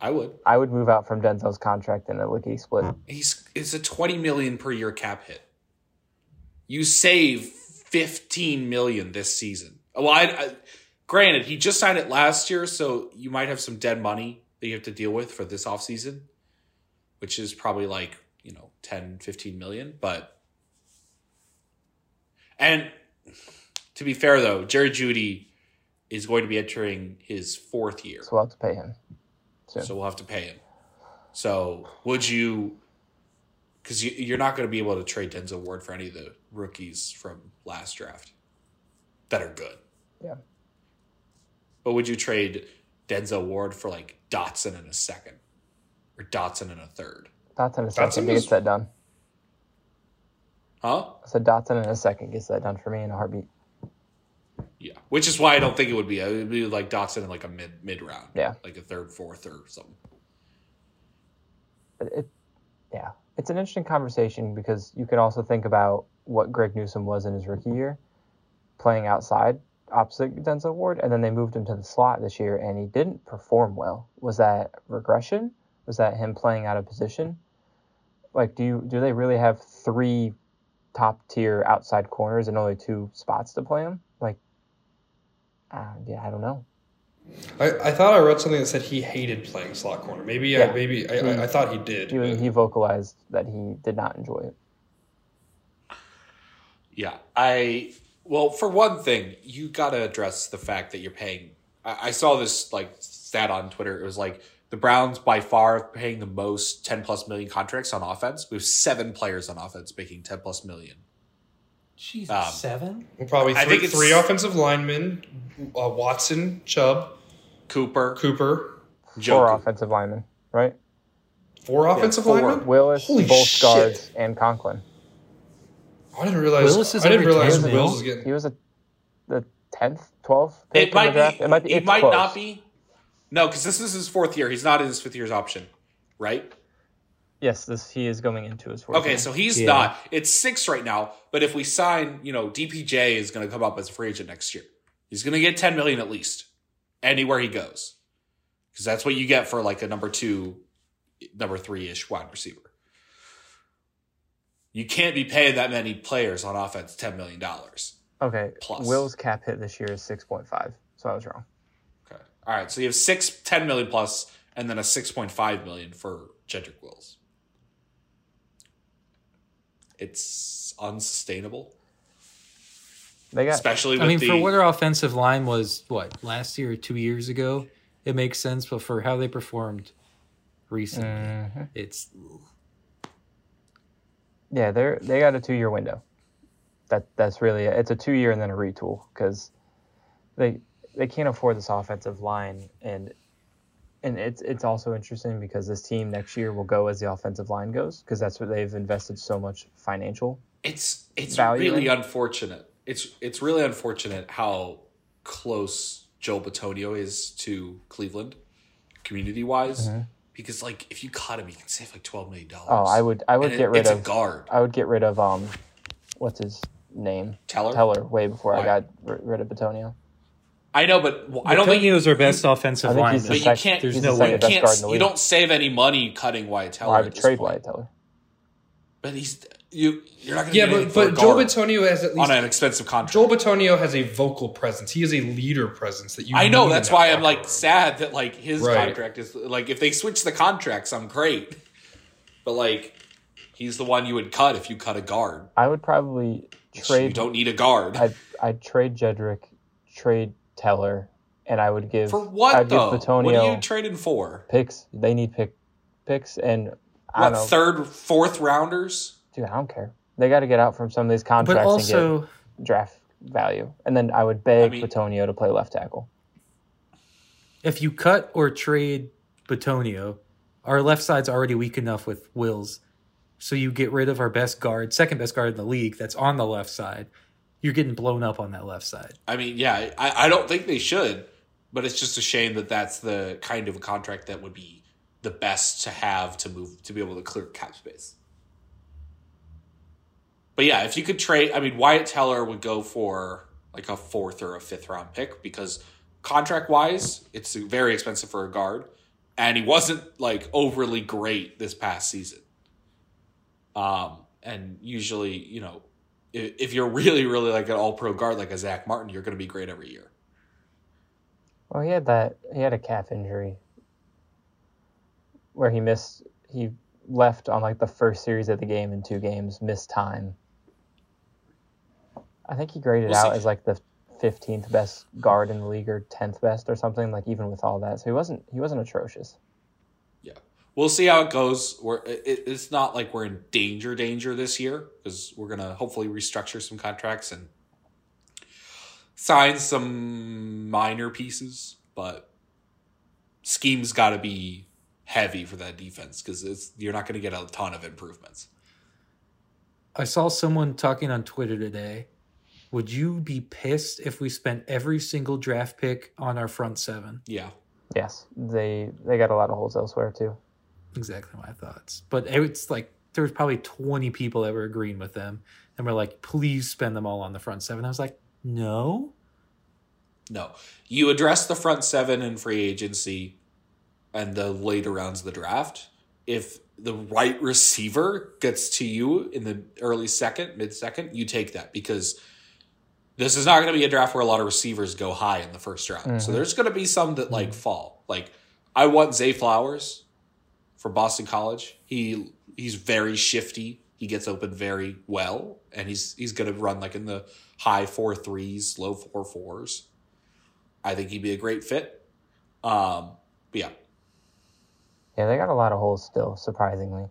S7: I would.
S6: I would move out from Denzel's contract in a lickety split.
S7: He's it's a twenty million per year cap hit. You save fifteen million this season. Oh, Well, I, I, granted he just signed it last year, so you might have some dead money that you have to deal with for this offseason, which is probably like you know 10, 15 million. But and to be fair though, Jerry Judy is going to be entering his fourth year.
S6: So we'll have to pay him. Yeah.
S7: So we'll have to pay him. So would you? Because you, you're not going to be able to trade Denzel Ward for any of the rookies from last draft that are good.
S6: Yeah.
S7: But would you trade Denzel Ward for like Dotson in a second, or Dotson in a third?
S6: Dotson in a second
S5: Dotson
S6: gets
S5: is-
S6: that done.
S7: Huh?
S6: I said Dotson in a second gets that done for me in a heartbeat.
S7: Yeah. Which is why I don't think it would be. It would be like Dotson in like a mid mid round.
S6: Yeah.
S7: Like a third, fourth, or something.
S6: It, it, yeah, it's an interesting conversation because you can also think about what Greg Newsom was in his rookie year, playing outside opposite Denzel Ward, and then they moved him to the slot this year, and he didn't perform well. Was that regression? Was that him playing out of position? Like, do you do they really have three top tier outside corners and only two spots to play him? Like, uh, yeah, I don't know.
S5: I, I thought I read something that said he hated playing slot corner. Maybe
S1: uh,
S6: Yeah. Mm-hmm.
S5: I maybe I, I, I thought he did.
S6: He, he vocalized that he did not enjoy it.
S7: Yeah, I well, for one thing, you gotta address the fact that you're paying. I, I saw this like stat on Twitter. It was like the Browns by far are paying the most ten plus million contracts on offense. We have seven players on offense making ten plus million.
S8: Jesus,
S7: Um,
S8: seven.
S5: Probably three,
S7: I think it's-
S5: three offensive linemen: uh, Watson, Chubb,
S7: Cooper,
S5: Cooper.
S7: Joku.
S6: Four offensive linemen, right?
S5: Four offensive
S6: Four.
S5: linemen.
S6: Willis,
S5: Holy
S6: both
S5: shit.
S6: guards, and Conklin.
S5: I didn't realize.
S8: Willis is
S5: I didn't
S8: every
S5: realize
S8: team,
S5: Wills
S8: though.
S5: was getting.
S6: He was a the tenth, twelfth pick
S7: It
S6: in
S7: might
S6: the draft.
S7: be.
S6: It might be.
S7: It
S6: it's
S7: might
S6: close.
S7: not be. No, because this is his fourth year. He's not in his fifth year's option, right?
S6: Yes, this he is going into his fourth.
S7: Okay,
S6: year.
S7: so he's
S8: Yeah.
S7: not. It's six right now. But if we sign, you know, DPJ is going to come up as a free agent next year. He's going to get ten million at least anywhere he goes, because that's what you get for like a number two, number three ish wide receiver. You can't be paying that many players on offense ten million dollars.
S6: okay.
S7: plus.
S6: Will's cap hit this year is six point five. So I was wrong.
S7: Okay. All right. So you have six 10 million plus and then a 6.5 million for Jedrick Wills. It's unsustainable,
S6: They got
S7: especially with
S8: I mean,
S7: the.
S8: for what our offensive line was, what last year or two years ago, it makes sense. But for how they performed recently, it's
S6: yeah. They are they got a two year window. That that's really it. it's a two year and then a retool because they they can't afford this offensive line and and it's it's also interesting because this team next year will go as the offensive line goes because that's what they've invested so much financial
S7: it's it's
S6: value
S7: really
S6: in-
S7: unfortunate. It's it's really unfortunate how close Joe Batonio is to Cleveland, community wise. Because like if you cut him, you can save like twelve million dollars.
S6: Mm-hmm. Oh, I would I would get rid
S7: it's
S6: of
S7: a guard.
S6: I would get rid of um, what's his name
S7: Teller?
S6: Teller way before
S7: Why?
S6: I got r- rid of Batonio.
S7: I know, but well, I don't think
S8: was our best offensive
S6: I think he's
S8: lineman.
S6: the
S7: But you
S6: sec-
S7: can't.
S6: There's
S7: you
S6: no way.
S7: You
S6: Best
S7: can't.
S6: guard in the
S7: you
S6: league.
S7: don't save any money cutting Wyatt Teller.
S6: Well, I
S7: at
S6: would
S7: this
S6: trade
S7: point.
S6: Wyatt Teller.
S7: But he's you. You're not going to.
S5: Yeah, but but Joe Batonio has at
S7: on
S5: least.
S7: an expensive contract.
S5: Joel Batonio has a vocal presence. He is a leader presence that you.
S7: I know.
S5: need in
S7: That's
S5: that
S7: why I'm
S5: locker
S7: like
S5: room.
S7: sad that like his
S5: Right.
S7: contract is like if they switch the contracts, I'm great. But like, he's the one you would cut if you cut a guard.
S6: I would probably
S7: You
S6: trade.
S7: don't need a guard.
S6: I'd, I'd trade Jedrick, trade Teller, and I would give
S7: for what
S6: I'd
S7: though?
S6: give Batonio
S7: What are you trading for?
S6: picks. They need pick picks, and I
S7: What
S6: don't know,
S7: third, fourth rounders?
S6: dude. I don't care. They got to get out from some of these contracts
S8: But
S6: and
S8: also,
S6: get draft value, and then I would beg
S7: I mean-
S6: Batonio to play left tackle.
S8: if you cut or trade Batonio, our left side's already weak enough with Wills. So you get rid of our best guard, second best guard in the league that's on the left side. You're getting blown up on that left side.
S7: I mean, yeah, I, I don't think they should, but it's just a shame that that's the kind of a contract that would be the best to have to move to be able to clear cap space. But yeah, if you could trade, I mean, Wyatt Teller would go for like a fourth or a fifth round pick because contract wise, it's very expensive for a guard, and he wasn't like overly great this past season. Um, and usually, you know, if, if you're really, really like an all pro guard like a Zach Martin, you're going to be great every year.
S6: Well, he had that. He had a calf injury where he missed. He left on like the first series of the game in two games, missed time. I think he graded
S7: We'll see.
S6: out as like the fifteenth best guard in the league or tenth best or something. Like even with all that, so he wasn't. He wasn't atrocious.
S7: Yeah, we'll see how it goes. We're it, it's not like we're in danger, danger this year because we're gonna hopefully restructure some contracts and sign some minor pieces. But scheme's got to be heavy for that defense because it's you're not gonna get a ton of improvements.
S8: I saw someone talking on Twitter today. Would you be pissed if we spent every single draft pick on our front seven?
S7: Yeah,
S6: Yes, they they got a lot of holes elsewhere too.
S8: Exactly my thoughts. But it's like there was probably 20 people that were agreeing with them and were like, please spend them all on the front seven. I was like, no.
S7: no, you address the front seven in free agency and the later rounds of the draft. If the right receiver gets to you in the early second, mid second, you take that because this is not going to be a draft where a lot of receivers go high in the first round. So
S6: Mhm.
S7: there's going to be some that like fall. Like I want Zay Flowers for Boston College. He he's very shifty. He gets open very well, and he's he's going to run like in the high four threes, low four fours. I think he'd be a great fit. Um, but yeah,
S6: Yeah, they got a lot of holes still, surprisingly.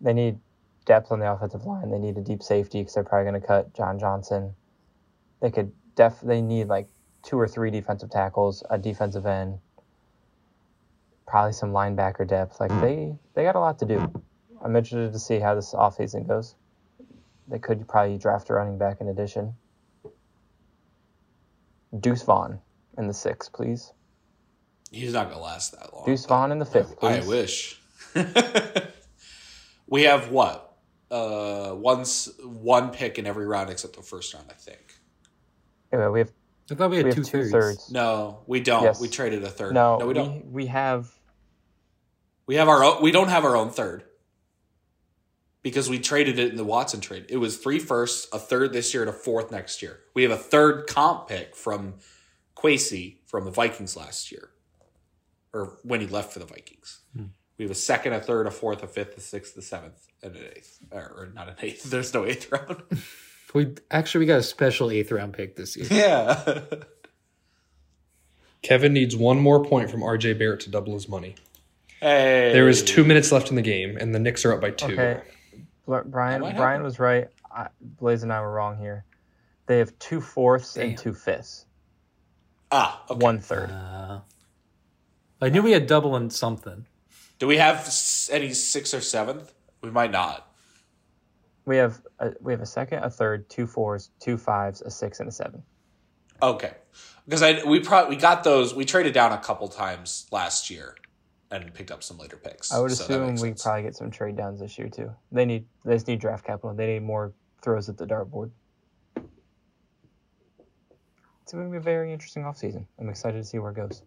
S6: They need depth on the offensive line. They need a deep safety because they're probably going to cut John Johnson. They could def. They need like two or three defensive tackles, a defensive end, probably some linebacker depth. Like they they got a lot to do. I'm interested to see how this offseason goes. They could probably draft a running back in addition. Deuce Vaughn in the sixth, please.
S7: He's not gonna last that long.
S6: Deuce Vaughn in the fifth,
S7: I
S6: please.
S7: wish. we have what? Uh, once one pick in every round except the first round, I think.
S6: Anyway, we have
S8: I thought we had
S6: we have
S8: two,
S6: two
S8: thirds.
S6: thirds.
S7: No, we don't.
S6: Yes.
S7: We traded a third.
S6: No,
S7: no, we,
S6: we,
S7: don't.
S6: we have
S7: We have our own. We don't have our own third because we traded it in the Watson trade. It was three firsts, a third this year, and a fourth next year. We have a third comp pick from Quasey from the Vikings last year, or when he left for the Vikings.
S1: Hmm.
S7: We have a second, a third, a fourth, a fifth, a sixth, a seventh, and an eighth, or, or not an eighth. There's no eighth round.
S8: We actually we got a special eighth round pick this year.
S7: yeah,
S1: Kevin needs one more point from RJ Barrett to double his money.
S7: hey,
S1: There is two minutes left in the game, and the Knicks are up by two.
S6: okay. Bl- Brian
S7: What
S6: Brian
S7: happened?
S6: was right. I, Blaze and I were wrong here. They have two fourths and two fifths,
S7: ah. Okay.
S6: one third.
S8: I knew we had double and something.
S7: Do we have s- any sixth or seventh? We might not.
S6: we have a, we have a second, a third, two fours, two fives, a six, and a seven.
S7: Okay, because I we probably we got those. We traded down a couple times last year, and picked up some later picks.
S6: I would
S7: so that
S6: assume
S7: makes
S6: we
S7: sense.
S6: probably get some trade downs this year too. They need they just need draft capital. They need more throws at the dartboard. It's going to be a very interesting offseason. I'm excited to see where it goes.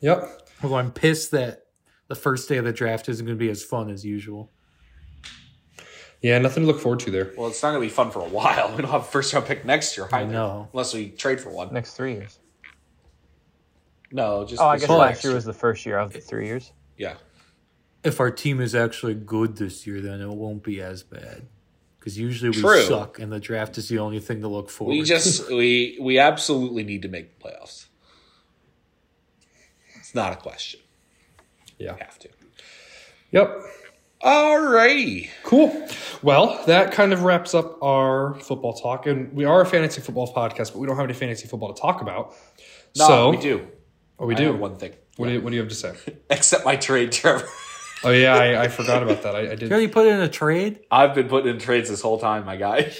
S1: Yep.
S8: Although I'm pissed that the first day of the draft isn't going to be as fun as usual.
S1: Yeah, nothing to look forward to there.
S7: Well, it's not going to be fun for a while. We don't have a first round pick next year either,
S8: know.
S7: unless we trade for one.
S6: Next three years.
S7: No, just
S6: Oh, I
S7: this
S6: guess
S7: year.
S6: last year was the first year of the three years.
S7: yeah.
S8: If our team is actually good this year, then it won't be as bad. Because usually we
S7: True.
S8: suck, and the draft is the only thing to look forward.
S7: We just we we absolutely need to make the playoffs. It's not a question.
S1: Yeah.
S7: We have to.
S1: Yep.
S7: Alrighty.
S1: Cool. Well, that kind of wraps up our football talk, and we are a fantasy football podcast, but we don't have any fantasy football to talk about.
S7: No,
S1: so
S7: we do.
S1: Oh, we
S7: I
S1: do.
S7: have one thing.
S1: What do you What do you have to say?
S7: Except my trade, Trevor.
S1: oh yeah, I, I forgot about that. I, I
S8: Here
S1: did.
S8: you put in a trade.
S7: I've been putting in trades this whole time, my guy.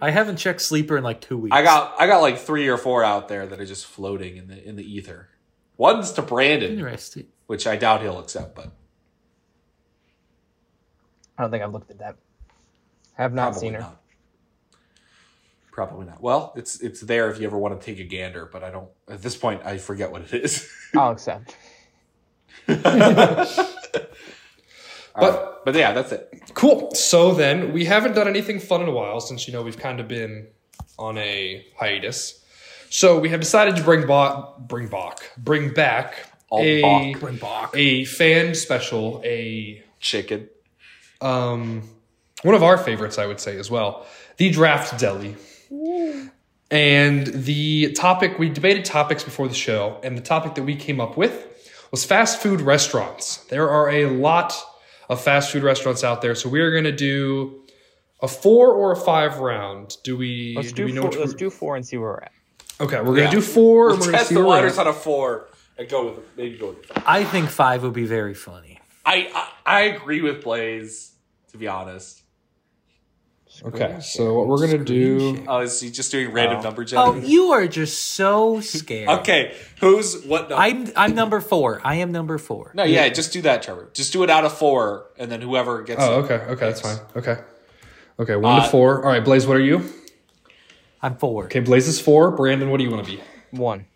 S8: I haven't checked sleeper in like two weeks.
S7: I got I got like three or four out there that are just floating in the in the ether. One's to Brandon,
S8: interesting.
S7: which I doubt he'll accept, but
S6: I don't think I've looked at that. I have not seen her.
S7: Probably not. Well, it's it's there if you ever want to take a gander, but I don't. At this point, I forget what it is.
S6: I'll accept.
S7: but but yeah, that's it.
S1: Cool. So then we haven't done anything fun in a while since you know we've kind of been on a hiatus. So we have decided to bring ba- bring back bring back
S7: All
S1: a
S7: Bach.
S1: bring back. a fan special, a
S7: Chicken.
S1: um one of our favorites I would say as well, the draft deli. And the topic we debated topics before the show and the topic that we came up with was fast food restaurants. There are a lot of fast food restaurants out there, so we are going to do a four or a five round. Do we?
S6: Let's
S1: do
S6: do,
S1: we know?
S6: four,
S1: which
S6: let's
S1: we're-
S6: do four and see where we're at.
S1: okay, we're going to do 4 and
S7: Let's
S1: we're going to
S7: test
S1: see
S7: the
S1: where we're
S7: waters on
S1: at.
S7: a four and go with maybe go with. It.
S8: I think five would be very funny.
S7: I, I I agree with Blaze. To be honest,
S1: Okay, so what we're going to do?
S7: oh, is he just doing random number
S8: Oh,
S7: generator?
S8: you are just so scared.
S7: okay, who's what? Number?
S8: I'm I'm number four. I am number four.
S7: no, yeah, just do that, Trevor. Just do it out of four, and then whoever gets.
S1: Oh,
S7: it.
S1: okay, okay, that's fine. Okay, okay, one
S7: Uh,
S1: to four. All right, Blaze, what are you?
S8: I'm four.
S1: Okay, Blaze is four. Brandon, what do you want to be?
S6: One.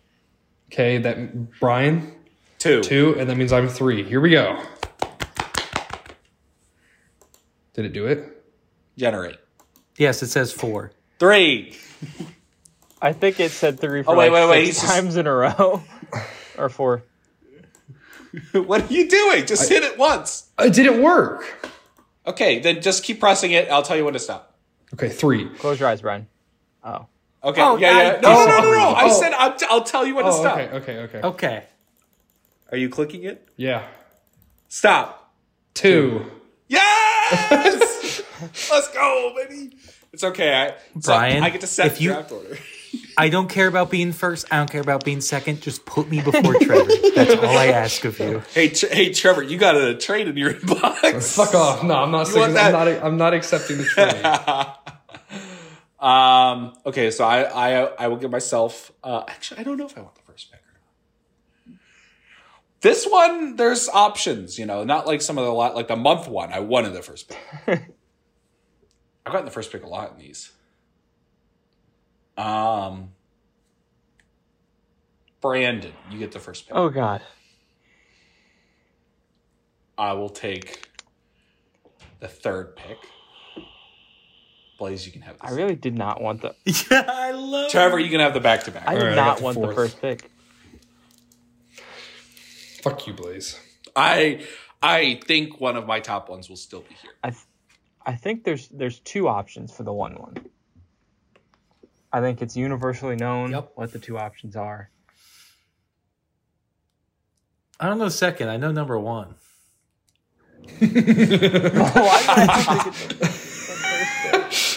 S1: Okay, that Brian
S7: Two.
S1: two, and that means I'm three. Here we go. Did it do it?
S7: Generate
S8: Yes, it says four.
S7: three.
S6: I think it said three for
S7: Oh, wait,
S6: like
S7: wait, wait,
S6: six
S7: he's just-
S6: times in a row. or four.
S7: what are you doing? Just hit it once.
S1: Uh, It didn't work.
S7: Okay, then just keep pressing it. I'll tell you when to stop.
S1: Okay, three.
S6: Close your eyes, Brian. Oh.
S7: Okay.
S8: Oh,
S7: yeah, yeah. No,
S8: God,
S7: no, no,
S8: oh.
S7: no, no. I
S1: Oh.
S7: said I'll, I'll tell you when to
S1: Oh,
S7: stop.
S1: okay, okay, okay.
S8: Okay.
S7: Are you clicking it?
S1: Yeah.
S7: Stop.
S1: Two.
S7: Yes. Let's go, baby. It's okay. I, so
S8: Brian,
S7: I get to set
S8: if
S7: the
S8: you-
S7: draft order.
S8: I don't care about being first. I don't care about being second. Just put me before Trevor. That's all I ask of you.
S7: Hey, Tre- hey, Trevor, you got a trade in your inbox.
S1: Fuck off. No, I'm not saying
S7: want that?
S1: I'm not I'm not accepting the trade.
S7: Um. Okay, so I I I will give myself. Uh, actually, I don't know if I want the first pick. or not. This one, there's options, you know, not like some of the lot, like the month one. I wanted the first pick. I've gotten the first pick a lot in these. Um, Brandon, you get the first pick.
S6: Oh, God.
S7: I will take the third pick. Blaze, you can have this.
S6: I really did not want the.
S8: Yeah, I love.
S7: Trevor, you can have the back to back.
S6: I did
S1: right, I got
S6: not
S1: the
S6: want the
S1: fourth.
S6: first pick.
S1: Fuck you, Blaze.
S7: I I think one of my top ones will still be here.
S6: I, th- I think there's there's two options for the one one. I think it's universally known
S8: Yep.
S6: what the two options are.
S8: I don't know second. I know number one.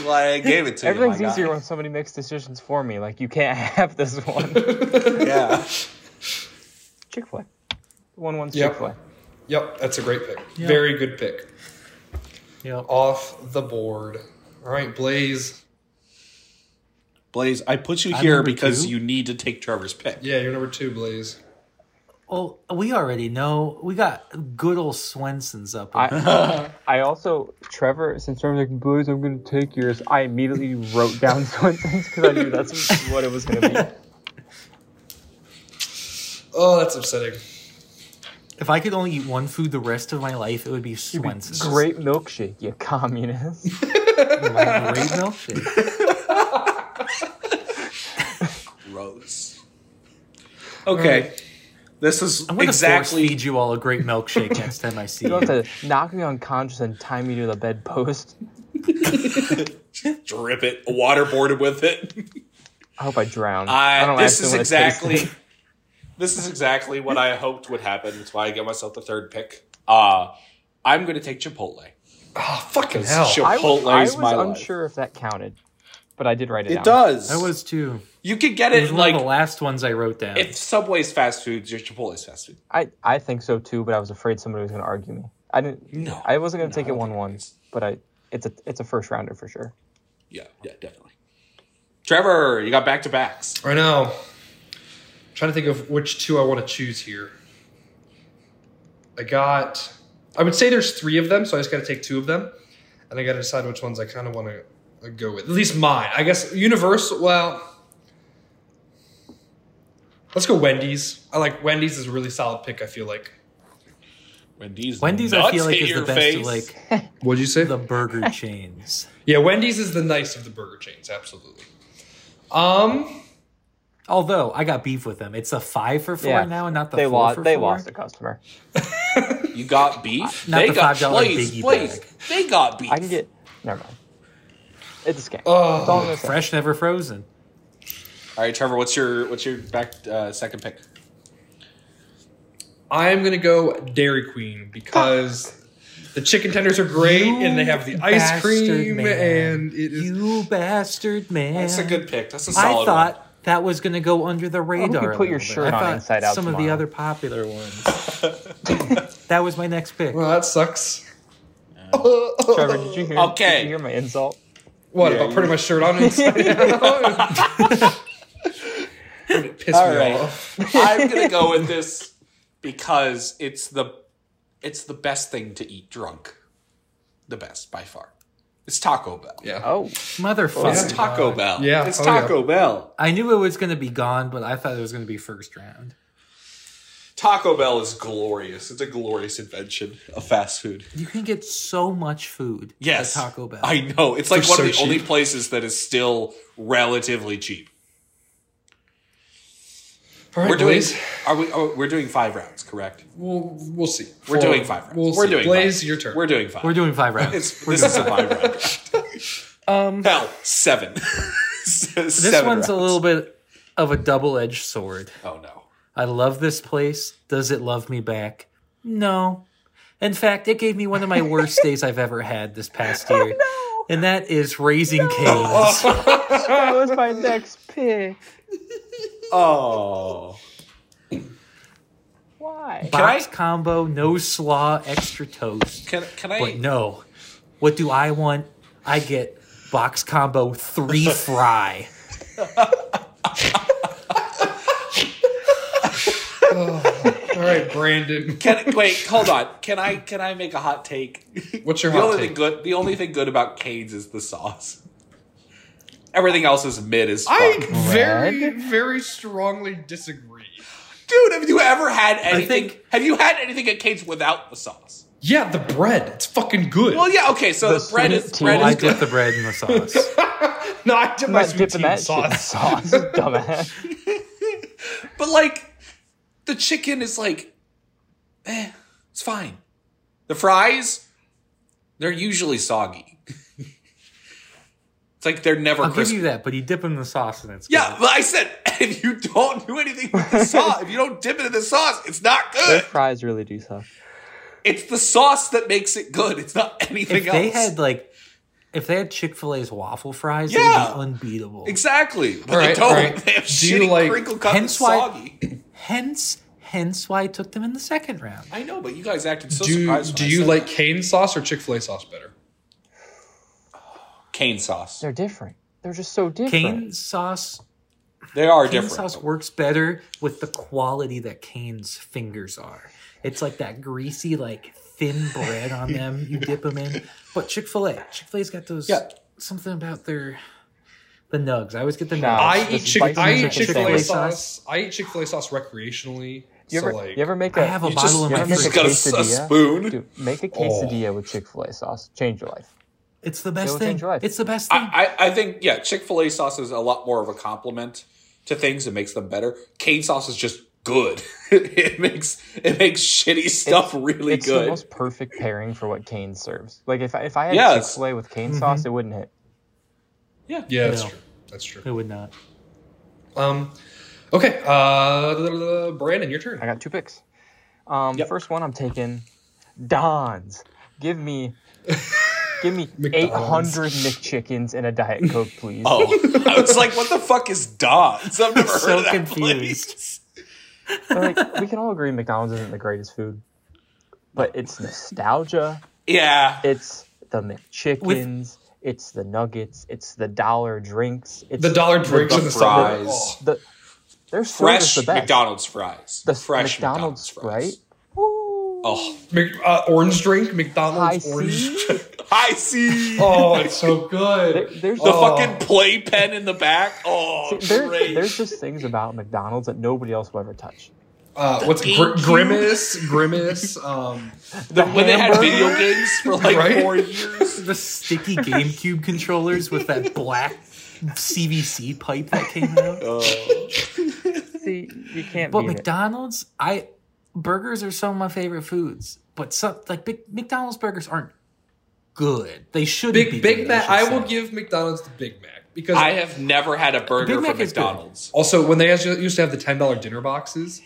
S7: Like I gave it to
S6: Everything's easier when somebody makes decisions for me. Like you can't have this one.
S7: Yeah.
S6: Chick Fil A, the one one's
S1: Yep.
S6: Chick Fil A.
S1: Yep, that's a great pick. Very good pick.
S8: Yep.
S1: Off the board. All right, Blaze.
S7: Blaze, I put you
S8: I'm
S7: here
S8: number
S7: because
S8: two.
S7: you need to take Trevor's pick.
S1: Yeah, you're number two, Blaze.
S8: Well, we already know. We got good old Swenson's up.
S6: I, I also Trevor since Trevor's like boys I'm gonna take yours. I immediately wrote down Swenson's because I knew that's what it was gonna be.
S1: Oh, that's upsetting.
S8: if I could only eat one food the rest of my life, it would be Swenson's.
S6: Great milkshake, you communist.
S8: My great milkshake.
S7: Gross. Okay. This is
S8: I'm gonna force
S7: exactly
S8: feed you all a great milkshake next time I see
S6: You
S8: you.
S6: don't have to knock me unconscious and tie me to the bedpost.
S7: drip it, waterboarded with it.
S6: I hope I drown.
S7: I,
S6: don't
S7: this
S6: actually wanna
S7: is
S6: taste it.
S7: exactly this is exactly what I hoped would happen. That's why I give myself the third pick. Uh I'm gonna take Chipotle.
S1: Oh, fucking hell.
S6: I was,
S7: Ah, Chipotle
S6: I
S7: is
S6: was
S7: my life.
S6: unsure if that counted, but I did write it,
S7: It
S6: down.
S7: does.
S8: I was too.
S7: you could get
S8: It was
S7: it
S8: one
S7: like
S8: of the last ones I wrote down.
S7: if Subway's fast food, your Chipotle's fast food.
S6: I, I think so too, but I was afraid somebody was going to argue me. I didn't.
S7: No.
S6: I wasn't going to take it
S7: don't
S6: one
S7: think
S6: one, but I it's a it's a first rounder for sure.
S7: Yeah, yeah, definitely. Trevor, you got back to backs.
S1: I know. trying to think of which two I want to choose here. I got I would say there's three of them, so I just got to take two of them, and I got to decide which ones I kind of want to go with. At least mine. I guess Universal. Well, let's go Wendy's. I like Wendy's is a really solid pick. I feel like.
S7: Wendy's.
S8: Wendy's, I
S7: nuts
S8: feel like
S7: hit
S8: is the
S7: your
S8: best
S7: face.
S8: of like
S1: What'd you say?
S8: the burger chains.
S1: yeah, Wendy's is the nice of the burger chains. Absolutely. Um.
S8: Although I got beef with them, it's a five for four
S6: Yeah.
S8: now, and not the
S6: they
S8: four
S6: lost.
S8: for
S6: They
S8: four.
S6: lost a customer.
S7: You got beef?
S8: Not
S7: they
S8: the
S7: got
S8: $5
S7: Blaze,
S8: biggie
S7: Blaze,
S8: bag.
S7: They got beef.
S6: I can get. Never mind. It's a scam. That's all
S1: Oh,
S6: I'm gonna say.
S8: Fresh, never frozen.
S7: All right, Trevor. What's your what's your back uh, second pick?
S1: I'm gonna go Dairy Queen because. The chicken tenders are great, and they have the
S8: You
S1: ice
S8: bastard
S1: cream,
S8: man.
S1: and it is
S8: You bastard man!
S7: That's a good pick. That's a solid
S8: I thought that was going to go under the
S6: you
S8: radar. a
S6: put your
S8: little bit.
S6: shirt
S8: I
S6: on
S8: thought
S6: inside out
S8: Some of the
S6: tomorrow.
S8: other popular ones. that was my next pick.
S1: Well, that sucks.
S6: Trevor, did you hear?
S7: Okay.
S6: Did you hear my insult?
S1: What about putting my shirt on inside out? it pissed
S7: All
S1: me
S7: right.
S1: off.
S7: one. I'm gonna go with this because it's the it's the best thing to eat drunk. The best by far. It's Taco Bell.
S1: Yeah.
S6: Oh,
S8: Motherfucker!
S7: It's Taco Bell.
S1: Yeah,
S7: It's
S1: oh, yeah.
S7: Taco Bell.
S8: I knew it was going to be gone, but I thought it was going to be first round.
S7: Taco Bell is glorious. It's a glorious invention of fast food.
S8: You can get so much food
S7: Yes.
S8: at Taco Bell.
S7: I know. It's like
S1: They're
S7: one
S1: so
S7: of the only
S1: cheap.
S7: places that is still relatively cheap.
S1: All right,
S7: We're doing
S1: Blaze.
S7: are we are, we- we're doing five rounds, correct?
S1: We'll, we'll see.
S7: We're
S1: Four.
S7: doing five rounds.
S1: We'll
S7: we're
S1: see.
S7: doing
S1: Blaze,
S7: five.
S1: your turn.
S7: We're doing 5
S8: We're doing five rounds.
S7: it's this is a five round. Um hell, seven. this
S8: this one's a little bit of a double-edged sword.
S7: Oh no.
S8: I love this place. Does it love me back? No. In fact, it gave me one of my worst days I've ever had this past year. And that is raising canes.
S6: that was my next pick.
S7: Oh.
S6: Why?
S8: Box
S7: I-
S8: combo, no slaw, extra toast.
S7: Can can I
S8: But no. What do I want? I get box combo three fry.
S1: All right, Brandon.
S7: Can, wait, hold on. Can I can I make a hot take?
S1: What's your
S7: the
S1: hot
S7: only
S1: take?
S7: Thing good, the only thing good about Canes is the sauce. Everything else is mid as fuck.
S1: I very, very strongly disagree.
S7: Dude, have you ever had anything?
S8: think-
S7: have you had anything at Canes without the sauce?
S1: Yeah, the bread. It's fucking good.
S7: Well, yeah, okay. So the,
S6: The
S7: bread
S6: sweet
S7: is
S6: tea.
S7: bread
S8: I
S7: is
S8: dip
S7: good.
S8: the bread in the sauce.
S1: no, I did
S6: I'm
S1: my
S6: not
S1: sweet
S6: dipping
S1: tea
S6: that
S1: in
S6: shit in
S1: sauce.
S6: sauce, dumbass.
S7: But like, the chicken is like, eh, it's fine. The fries, they're usually soggy. it's like they're never
S8: I'll give
S7: crispy.
S8: you that, but you dip them in the sauce and it's
S7: Yeah,
S8: good.
S7: but I said if you don't do anything with the sauce, if you don't dip it in the sauce, it's not
S6: Their
S7: good.
S6: fries really do suck.
S7: It's the sauce that makes it good. It's not anything
S8: If
S7: else.
S8: they had like if they had Chick-fil-A's waffle fries,
S7: Yeah.
S8: it would be unbeatable.
S7: exactly, but they
S1: Alright,
S7: don't.
S1: alright.
S7: They have
S1: Do you
S7: shitty
S1: like-
S7: crinkle cut and
S8: Hence why-
S7: soggy.
S8: Hence, hence why I took them in the second round.
S7: I know, but you guys acted so
S1: Do,
S7: surprised. when
S1: do
S7: I
S1: you
S7: said
S1: like
S7: that.
S1: cane sauce or Chick fil A sauce better?
S7: cane sauce?
S6: They're different. They're just so different.
S8: Cane sauce.
S7: They are
S8: Cane
S7: different.
S8: sauce works better with the quality that Kane's fingers are. It's like that greasy, like thin bread on them. You dip them in. But Chick Fil A, Chick Fil A's got those
S7: Yeah.
S8: something about their the nugs. I always get the nugs.
S6: Nah.
S1: I
S6: This
S1: eat
S6: is
S1: chick.
S6: biting
S1: I
S6: into
S1: eat Chick Fil
S8: Chick-fil-A
S1: A sauce. I eat Chick Fil A sauce recreationally.
S6: You ever,
S1: so like,
S6: you ever make a?
S8: I have a
S6: you
S8: bottle
S6: just-
S8: in
S6: you
S8: my
S6: ever make
S8: fridge.
S7: Just got a s- a
S6: quesadilla?
S7: spoon? Oh.
S6: Dude, make a quesadilla with Chick Fil A sauce. Change your life.
S8: It's the best
S6: It'll
S8: thing.
S6: change your life.
S8: It's the best thing.
S7: I, I, I think yeah, Chick Fil A sauce is a lot more of a compliment to things. It makes them better. Cane sauce is just good. it makes it makes shitty stuff really
S6: it's
S7: good.
S6: the most perfect pairing for what Kane serves. Like if I, if I had
S7: Yes.
S6: Chick Fil A with Kane
S1: Mm-hmm.
S6: sauce, it wouldn't hit.
S1: yeah, that's
S8: No.
S1: true. That's true.
S8: it would not.
S1: Um, okay, uh, Brandon, your turn.
S6: I got two picks. Um, First one, I'm taking Don's. Give me, give me 800 McChickens and a Diet Coke, please.
S7: Oh, I was like, what the fuck is Don's? I've never heard
S8: So
S7: of that
S8: confused.
S7: place.
S6: Like, we can all agree McDonald's isn't the greatest food, but it's nostalgia.
S7: Yeah.
S6: It's the McChickens. it's the nuggets. It's the dollar drinks. It's
S1: The dollar drinks
S7: the
S1: in the summer.
S7: fries.
S1: Oh,
S6: The, their service
S7: Fresh
S6: the best.
S7: McDonald's fries.
S6: The
S7: fresh
S6: McDonald's,
S7: McDonald's
S6: right?
S7: fries.
S6: Woo.
S7: Oh,
S1: Mc- uh, orange drink,
S6: High
S1: McDonald's orange.
S6: C.
S7: I see.
S1: Oh, it's so
S6: There-
S1: good.
S6: there's
S7: The
S1: Oh.
S7: fucking playpen in the back. Oh,
S6: See, there's,
S7: great.
S6: there's just things about McDonald's that nobody else will ever touch.
S1: Uh, what's gr- grimace? Grimace. Um,
S7: The- when they had
S6: hamburger.
S7: video games for like
S1: Right?
S7: four years.
S8: The sticky GameCube controllers with that black CVC pipe that came out.
S6: See, you can't
S8: But
S6: beat it.
S8: McDonald's, I burgers are some of my favorite foods. But some like big McDonald's burgers aren't good. They should be
S1: Big Big
S8: good,
S1: Mac.
S8: should
S1: I will
S8: say.
S1: give McDonald's the Big Mac because
S7: I have never had a burger
S8: Big Mac
S7: from
S8: is good.
S7: McDonald's.
S1: also when they actually used to have the ten dollar dinner boxes.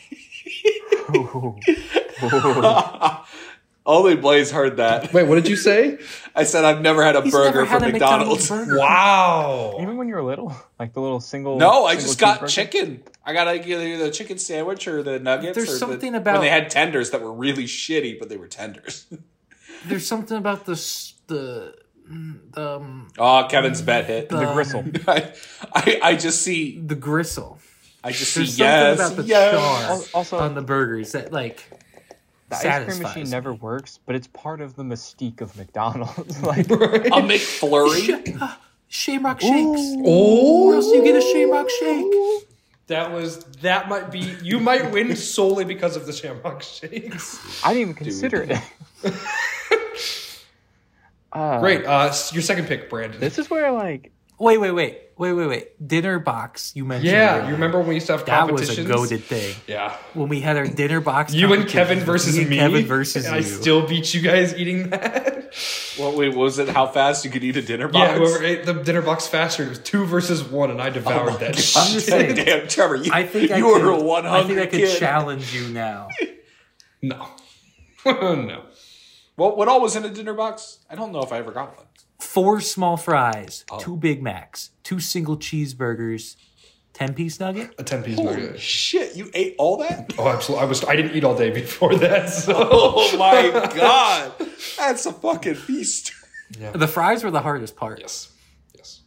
S7: Only Blaze heard that.
S1: Wait, what did you say?
S7: I said I've never had a
S8: He's
S7: burger
S8: never had
S7: from
S8: a
S7: McDonald's.
S8: burger.
S1: Wow.
S6: Even when you were little, like the little single.
S7: No, I
S6: single
S7: just got
S6: cheeseburger.
S7: chicken. I got either the chicken sandwich or the nuggets.
S8: There's
S7: or the-
S8: something about-
S7: when they had tenders that were really shitty, but they were tenders.
S8: There's something about the s- the mm, the, um,
S7: Oh, Kevin's bet hit.
S6: The gristle.
S1: Um,
S7: I, I, I just see,
S8: the gristle.
S7: I just see
S8: There's something
S7: yes,
S8: about the
S7: yes.
S8: char
S6: Also-
S8: on the burgers that like
S6: The ice cream
S8: satisfies
S6: machine
S8: me.
S6: never works, but it's part of the mystique of McDonald's. like,
S7: A
S1: Um,
S7: McFlurry.
S8: Shamrock shakes. Where
S1: Oh,
S8: else do you get a Shamrock shake?
S1: that was that might be. You might win solely because of the Shamrock Shakes.
S6: I didn't even consider it. uh,
S1: Great. Uh, s- your second pick, Brandon.
S6: This is where like
S8: Wait, wait, wait, wait, wait, wait. Dinner box. You mentioned.
S1: yeah,
S8: earlier.
S1: you remember when we used to have
S8: that was a
S1: competitions?
S8: goaded thing.
S1: Yeah.
S8: when we had our dinner box.
S1: You and
S8: competition,
S1: Kevin versus
S8: and
S1: me.
S8: Kevin versus
S1: and
S8: you.
S1: I still beat you guys eating that.
S7: What, wait, what was it? How fast you could eat a dinner box?
S1: Yeah, whoever ate the dinner box faster, it was two versus one,
S8: Oh
S1: and I devoured that.
S8: I'm just saying.
S7: Damn, Trevor, you,
S8: I think
S7: you
S8: I
S7: were
S8: could,
S7: a one
S8: I think
S7: hungry
S8: I could
S7: kid.
S8: challenge you now.
S1: No. Oh, no.
S7: What, what all was in a dinner box? I don't know if I ever got one.
S8: Four small fries,
S1: Oh.
S8: two Big Macs, two single cheeseburgers, ten piece nugget.
S1: A 10 piece
S7: Holy
S1: nugget.
S7: shit, you ate all that?
S1: Oh, absolutely. I was I didn't eat all day before that. So
S7: Oh my god, that's a fucking feast.
S8: The fries were the hardest part.
S1: yes. Yes.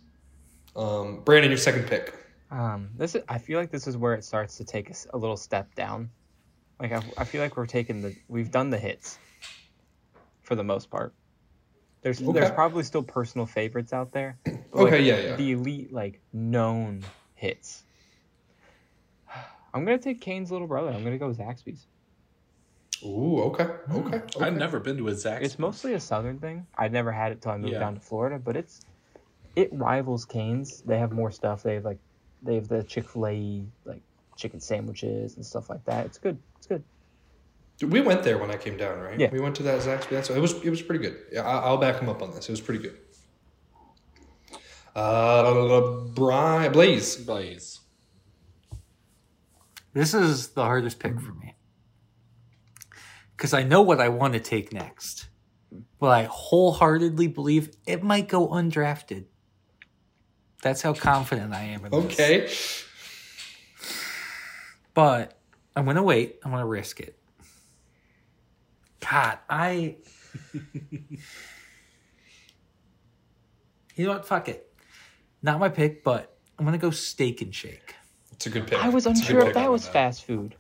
S1: Um, Brandon, your second pick.
S6: um, this. Is, I feel like this is where it starts to take us a little step down. Like I, I feel like we're taking the we've done the hits for the most part. There's there's
S1: Okay.
S6: probably still personal favorites out there. but,
S1: Okay,
S6: like,
S1: yeah, yeah.
S6: The elite like known hits. I'm gonna take Kane's little brother. I'm gonna go with Zaxby's.
S1: Ooh, okay.
S6: Hmm.
S1: Okay. okay.
S7: I've never been to a Zaxby's.
S6: It's mostly a southern thing. I never had it till I moved
S7: Yeah.
S6: down to Florida, but it's it rivals Cane's. They have more stuff. They have like they have the Chick Fil A like chicken sandwiches and stuff like that. It's good. It's good.
S1: We went there when I came down, right?
S6: Yeah.
S1: We went to that Zaxby. That's it was it was pretty good. Yeah, I, I'll back him up on this. It was pretty good. Uh, Brian Blaze.
S7: Blaze.
S8: This is the hardest pick for me because I know what I want to take next, but I wholeheartedly believe it might go undrafted. That's how confident I am in this.
S1: Okay.
S8: But I'm gonna wait. I'm gonna risk it. God, I. you know what? Fuck it. Not my pick, but I'm gonna go steak and shake.
S1: It's a good pick.
S6: I was
S1: It's a
S6: unsure
S1: good
S6: if
S1: pick.
S6: that was fast food.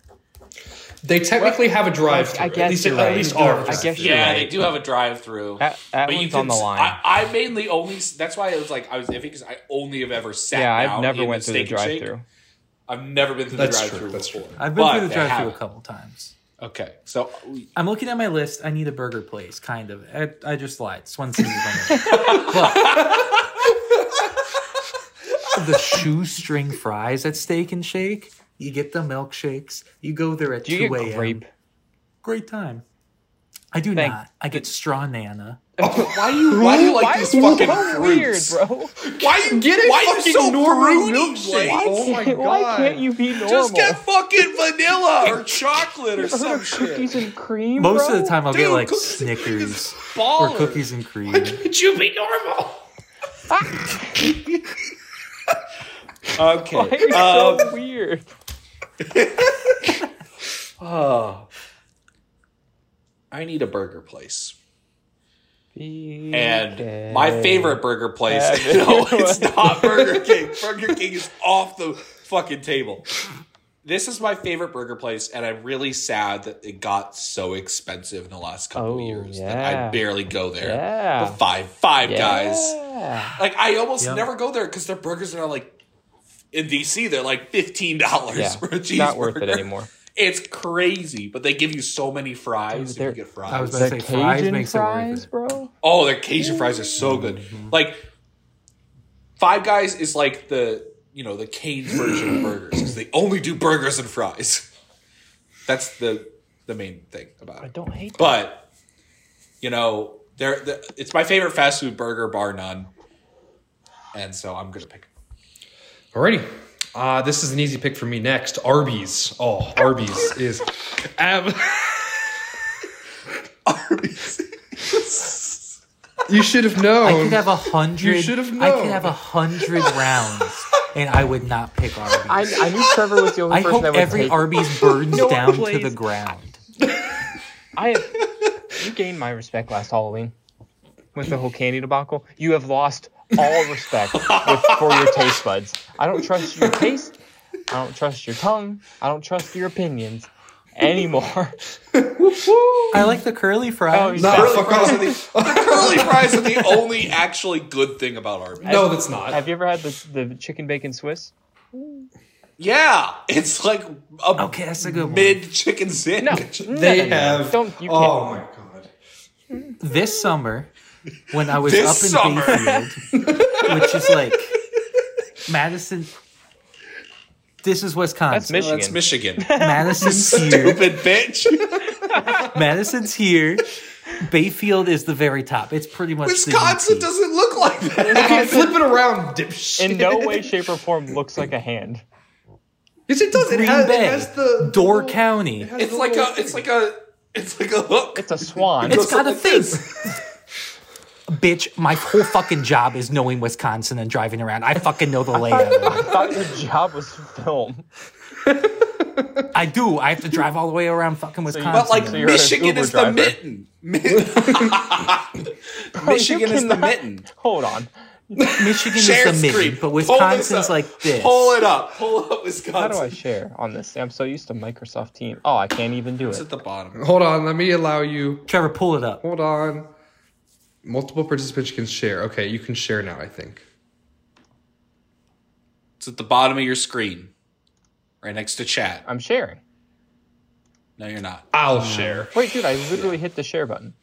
S1: They technically have a drive.
S6: I guess
S1: at least,
S6: you're
S1: at
S6: right.
S1: least
S6: They do
S1: are.
S6: have a drive-thru.
S1: drive-thru.
S6: I guess you're
S7: Yeah,
S6: right.
S7: they do have a drive-through.
S6: That that
S7: But you
S6: one's
S7: can
S6: on the
S7: s-
S6: line.
S7: I, I mainly only. s- That's why I was like, I was iffy because I only have ever sat.
S6: yeah,
S7: down
S6: I've
S7: in
S6: never
S7: a
S6: went through the
S7: Steak and Shake.
S6: drive-through.
S7: I've never been through
S1: That's
S7: the
S1: true,
S7: drive-through
S1: that's
S7: before.
S1: true.
S8: I've been
S7: But
S8: through the
S7: they
S8: drive-through a
S7: haven't.
S8: couple times.
S7: Okay, so we-
S8: I'm looking at my list. I need a burger place, kind of. I, I just lied. Swansea's on the But the shoestring fries at Steak and Shake. You get the milkshakes. You go there at
S6: Do you
S8: two
S6: get
S8: a.m.
S6: grape?
S8: Great time. I do
S6: Thank-
S8: not. I get straw nana.
S7: why do you why do you like these fucking
S6: Weird,
S7: fruits?
S6: bro.
S7: Why you
S1: Get a
S7: why you
S1: fucking
S7: so
S1: normal
S7: fruity,
S1: milkshake.
S7: Blake?
S1: Oh my god.
S6: Why can't you be normal?
S7: Just get fucking vanilla or chocolate or
S6: Those are
S7: some
S6: cookies
S7: shit.
S6: and cream.
S8: Most
S6: bro?
S8: of the time, I'll get
S7: Dude,
S8: like
S7: cookies and cream is
S8: Snickers or
S7: baller.
S8: cookies and cream.
S1: Could you be normal?
S7: Okay.
S6: You're
S7: Um,
S6: so weird.
S7: Oh. I need a burger place. And my favorite burger place.
S6: Yeah,
S7: no, it's not Burger King. Burger King is off the fucking table. This is my favorite burger place, and I'm really sad that it got so expensive in the last couple
S6: Oh,
S7: of years that I
S6: yeah.
S7: barely go there.
S6: Yeah.
S7: But five, five guys.
S6: Yeah.
S7: Like I almost
S8: Yeah.
S7: never go there because their burgers are like in DC they're like fifteen dollars
S6: Yeah,
S7: for a cheeseburger.
S6: Not worth it anymore.
S7: It's crazy, but they give you so many fries
S6: Dude,
S7: if you
S6: they're-
S7: get
S8: I was
S7: fries.
S8: about to
S6: The
S8: say fries
S6: Cajun
S8: makes it worth
S6: fries,
S8: it.
S6: bro.
S7: Oh, their Cajun fries are so good. Like Five Guys is like the you know the Cane's version of burgers because they only do burgers and fries. That's the the main thing about
S6: I
S7: it.
S6: don't hate. that.
S7: But you know, there the- it's my favorite fast food burger bar none, and so I'm gonna pick.
S5: Alrighty. Uh, this is an easy pick for me next. Arby's. Oh, Arby's is ab- You should have
S8: I could
S5: known.
S8: have a hundred.
S5: should have
S8: I could
S5: known.
S8: have a hundred rounds, and I would not pick Arby's.
S6: I,
S8: I,
S6: I knew Trevor was the only person
S8: hope
S6: that would
S8: every
S6: take.
S8: Arby's burns
S6: No one
S8: down to
S6: plays-
S8: the ground.
S6: I you gained my respect last Halloween with the whole candy debacle. You have lost all respect with, for your taste buds. I don't trust your taste. I don't trust your tongue. I don't trust your opinions anymore.
S8: I like the curly fries.
S5: Nah,
S7: Curly
S5: fuck
S7: fries,
S5: off.
S7: are the, the curly fries are the only actually good thing about Arby's.
S5: No, that's not.
S6: Have you ever had the, the chicken bacon Swiss?
S7: Yeah, it's like a
S8: Okay, that's a good one.
S7: mid chicken sandwich.
S5: They have.
S6: Don't you
S5: Oh
S6: can't.
S5: my god.
S8: this summer when I was
S7: This
S8: up in
S7: summer.
S8: Bayfield, which is like Madison. This is
S6: That's
S8: Wisconsin.
S6: Michigan.
S7: That's Michigan.
S8: Madison's here.
S7: Stupid bitch.
S8: Madison's here. Bayfield is the very top. It's pretty much the
S7: Wisconsin
S8: UT.
S7: doesn't look like that.
S5: Okay, flip it around, dipshit.
S6: In no way, shape, or form looks like a hand.
S5: Yes, it does.
S8: Green
S5: It has,
S8: Bay,
S5: it has the
S8: Door County.
S7: It's like a. It's like a. It's like a hook.
S6: It's a swan.
S8: It's got a
S7: like
S8: thing. Bitch, my whole fucking job is knowing Wisconsin and driving around. I fucking know the layout.
S6: I thought your job was film.
S8: I do. I have to drive all the way around fucking Wisconsin.
S7: But like
S6: So you're an
S7: Michigan
S6: Uber
S7: is
S6: driver. Oh,
S7: the mitten. Mi- Michigan
S6: You
S7: is the
S6: cannot-
S7: mitten.
S6: Hold on.
S8: Michigan is the
S7: Share
S8: mid,
S7: screen.
S8: but
S7: Pull this
S8: Wisconsin's
S7: up.
S8: like this.
S7: Pull it up. Pull
S6: How
S7: up
S6: do I
S7: Wisconsin.
S6: share on this? I'm so used to Microsoft Teams. Oh, I can't even do
S7: It's
S6: it.
S7: at the bottom.
S5: Hold on, let me allow you.
S8: Trevor, pull it up.
S5: Hold on. Multiple participants can share. Okay, you can share now, I think.
S7: It's at the bottom of your screen, right next to chat.
S6: I'm sharing.
S7: No, you're not.
S5: I'll share.
S6: Wait, dude, I literally hit the share button.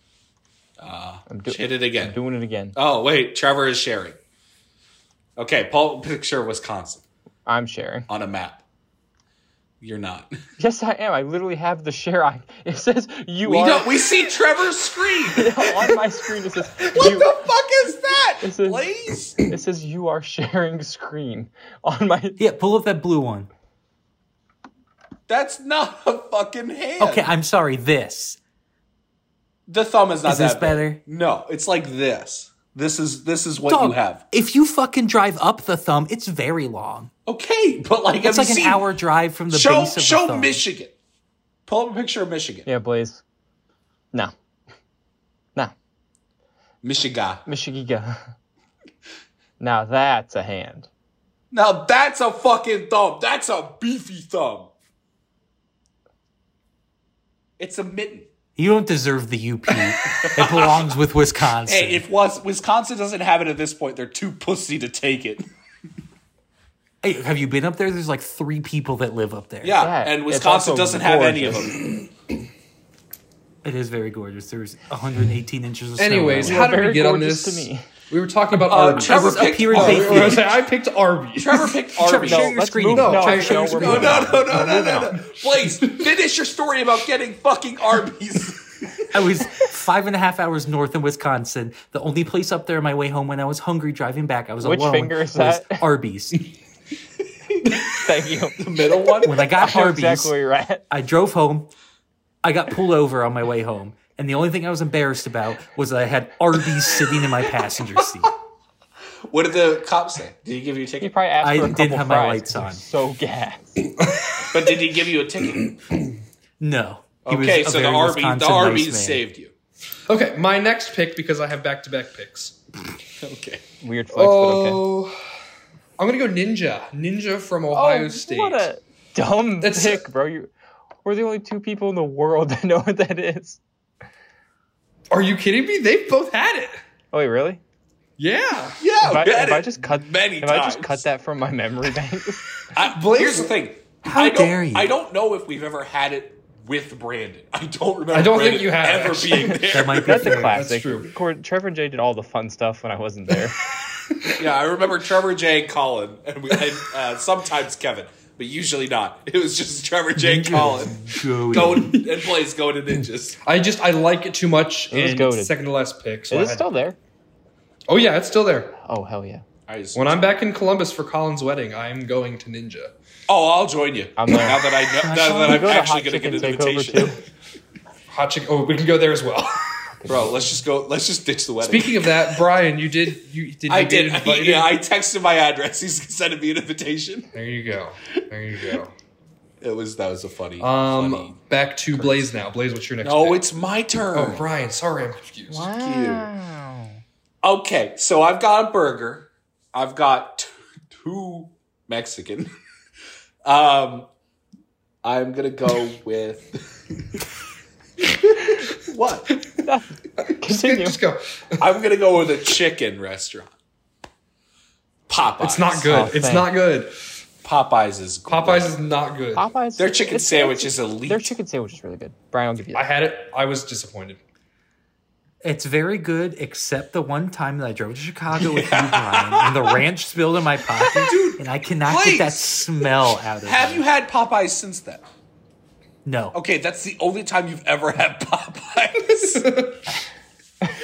S6: I'm, do-
S7: Hit it
S6: I'm
S7: again.
S6: doing it again.
S7: Oh wait, Trevor is sharing. Okay, Paul, picture Wisconsin
S6: I'm sharing.
S7: on a map. You're not.
S6: Yes, I am. I literally have the share. I- it says you
S7: We
S6: are
S7: don't. We see Trevor's screen.
S6: on my screen. It says
S7: What
S6: you.
S7: the fuck is that,
S6: This is-
S7: Blaze?
S6: It says you are sharing screen on my.
S8: Yeah, pull up that blue one.
S7: That's not a fucking hand.
S8: Okay, I'm sorry. This.
S7: the thumb is not
S8: Is this
S7: that big.
S8: better?
S7: No, it's like this. This is this is what
S8: Dog,
S7: you have.
S8: If you fucking drive up the thumb, it's very long.
S7: Okay, but like
S8: It's
S7: have
S8: like
S7: you
S8: an
S7: seen-
S8: hour drive from the
S7: Show
S8: base of the
S7: show
S8: thumb.
S7: Michigan. Pull up a picture of Michigan.
S6: Yeah, Blaze. No. No.
S7: Michigan.
S6: Michigiga. Now that's a hand.
S7: Now that's a fucking thumb. That's a beefy thumb. It's a mitten.
S8: You don't deserve the UP. it belongs with Wisconsin.
S7: Hey, if was Wisconsin doesn't have it at this point, they're too pussy to take it.
S8: Hey, have you been up there? There's like three people that live up there.
S7: Yeah,
S6: Yeah,
S7: and
S6: it's
S7: Wisconsin
S6: also
S7: doesn't have any of
S6: gorgeous.
S7: them.
S8: It is very gorgeous. There's 118 inches of snow.
S5: Anyways,
S8: around
S5: how did
S6: very
S5: we get on
S6: gorgeous
S5: this?
S6: to me.
S5: We were talking about
S7: Uh,
S5: Arby's.
S8: it. I
S7: Trevor
S8: was up
S7: picked
S8: here in
S5: Oh, I was gonna
S8: Bayfield.
S5: say, I picked Arby's.
S7: Trevor picked
S8: Trevor,
S7: Arby's.
S8: share your
S6: let's
S8: screen.
S6: move.
S8: now.
S6: No,
S8: Trevor,
S6: no,
S8: share your
S6: we're
S8: screen.
S7: No,
S6: moving
S7: no, no, no, no, no, no. Blaze, finish your story about getting fucking Arby's.
S8: I was five and a half hours north in Wisconsin. The only place up there on my way home when I was hungry driving back, I was
S6: Which
S8: alone.
S6: finger is
S8: was
S6: that?
S8: Arby's.
S6: Thank you.
S7: Middle one.
S8: When I got Arby's,
S6: Exactly where you're at.
S8: I drove home. I got pulled over on my way home, and the only thing I was embarrassed about was that I had Arby's sitting in my passenger seat.
S7: What did the cop say? Did he give you a
S6: He
S7: ticket?
S6: probably asked
S8: I
S6: for a
S8: didn't
S6: couple
S8: have my
S6: fries
S8: lights
S6: 'cause he was So
S8: on.
S6: gas.
S7: But did he give you a ticket?
S8: No. He was
S7: Okay,
S8: a
S7: so the
S8: very
S7: Arby's, the
S8: Wisconsin nice
S7: Arby's
S8: man.
S7: saved you.
S5: Okay, my next pick because I have back to back picks.
S7: Okay.
S1: Oh,
S6: Weird flex, but okay.
S5: I'm gonna go Ninja. Ninja from Ohio State.
S6: What a dumb
S1: That's-
S6: pick, bro. You, we're the only two people in the world that know what that is.
S1: Are you kidding me? They've both had it.
S6: Oh wait, really?
S1: Yeah.
S7: Yeah,
S6: If I,
S7: we had
S6: if I
S7: it
S6: just cut,
S7: many
S6: if I just cut
S7: times.
S6: that from my memory bank,
S7: I,
S1: Blaze-
S7: here's the thing.
S8: How
S7: I don't,
S8: dare you.
S7: I don't know if we've ever had it with Brandon. I don't remember.
S1: I don't think
S7: Brandon
S1: you have,
S7: ever
S1: actually.
S7: being there.
S8: That might be
S6: that's a
S8: fair.
S6: classic.
S1: true.
S6: Cor- Trevor and Jay did all the fun stuff when I wasn't there.
S7: yeah, I remember Trevor J. and Colin, and, we, and uh, sometimes Kevin, but usually not. It was just Trevor J. and Colin
S8: Joey.
S7: going and plays going to ninjas.
S1: I just I like it too much.
S6: was
S1: And
S6: goated.
S1: second to last pick. So
S6: Is
S1: I
S6: it
S1: had-
S6: still there?
S1: Oh yeah, it's still there.
S6: Oh hell yeah!
S7: I just-
S1: When I'm back in Columbus for Colin's wedding, I'm going to Ninja.
S7: oh, I'll join you.
S6: I'm there.
S7: Now that I know, now that
S6: We
S7: I'm
S6: go to
S7: actually
S6: Hot
S7: going to get an
S6: Chicken Takeover
S7: invitation,
S1: Hot chick. Oh, we can go there as well.
S7: bro. Let's just go. Let's just ditch the wedding.
S1: Speaking of that, Brian, you did you did.
S7: I
S1: you get
S7: did.
S1: invited?
S7: yeah, I texted my address. He's sending me an invitation.
S1: there you go. There you go.
S7: It was that was a funny.
S1: Um,
S7: funny.
S1: back to Blaze now. Blaze, what's your next?
S7: No,
S1: pick?
S7: it's my turn.
S1: oh Brian. Sorry, I'm confused.
S7: Okay, so I've got a burger. I've got two, two Mexican. um, I'm gonna go with what?
S6: Continue.
S1: Just go.
S7: I'm gonna go with a chicken restaurant. Popeyes.
S1: It's not good.
S6: Oh,
S1: it's
S6: thank-
S1: not good.
S7: Popeyes is great.
S1: Popeyes is not good.
S6: Popeyes.
S7: Their chicken
S6: it's-
S7: sandwich
S6: it's-
S7: is elite.
S6: Their chicken sandwich is really good. Brian, I'll give you
S1: I
S6: that.
S1: had it. I was disappointed.
S8: It's very good, except the one time that I drove to Chicago with you, Brian, and the ranch spilled in my pocket, and I cannot
S7: please.
S8: get that smell out of
S7: Have
S8: me.
S7: you had Popeyes since then?
S8: No.
S7: Okay, that's the only time you've ever had Popeyes.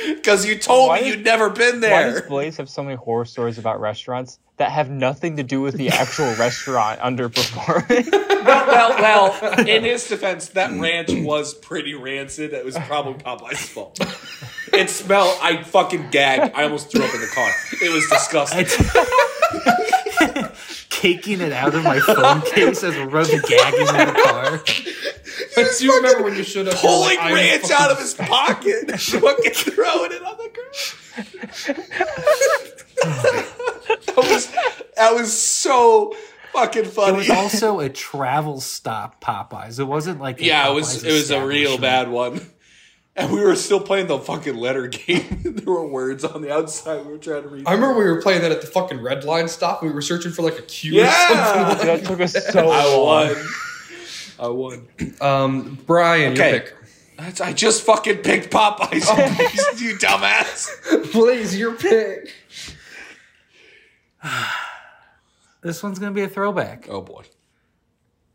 S7: Because you told
S6: Why
S7: me
S6: is-
S7: you'd never been
S6: Why does
S7: there.
S6: Blaze have so many horror stories about restaurants that have nothing to do with the actual restaurant underperforming?
S7: well, well, in his defense, that ranch was pretty rancid. It was probably Popeye's fault. It smelled. I fucking gagged. I almost threw up in the car. It was disgusting.
S8: Caking it out of my phone case as a road gagging in the car.
S1: But you remember when you showed up? you were
S7: Pulling
S1: like, I'm
S7: ranch
S1: fucking
S7: out of his pocket, and fucking throwing it on the ground. that was that was so fucking
S8: It
S7: funny.
S8: was also a travel stop Popeyes. It wasn't like a
S7: Yeah, it was
S8: Popeyes
S7: it was a real
S8: establishment.
S7: bad one. And we were still playing the fucking letter game. there were words on the outside we were trying to read.
S1: I remember we were playing that at the fucking red line stop. We were searching for like a cue. Or
S7: yeah,
S1: something.
S6: that took us so
S7: I
S6: long.
S7: won. I won.
S1: Um, Brian,
S7: Okay.
S1: your pick.
S7: That's- I just fucking picked Popeyes. Oh, you dumbass.
S1: Please, your pick.
S8: This one's gonna be a throwback.
S7: Oh boy.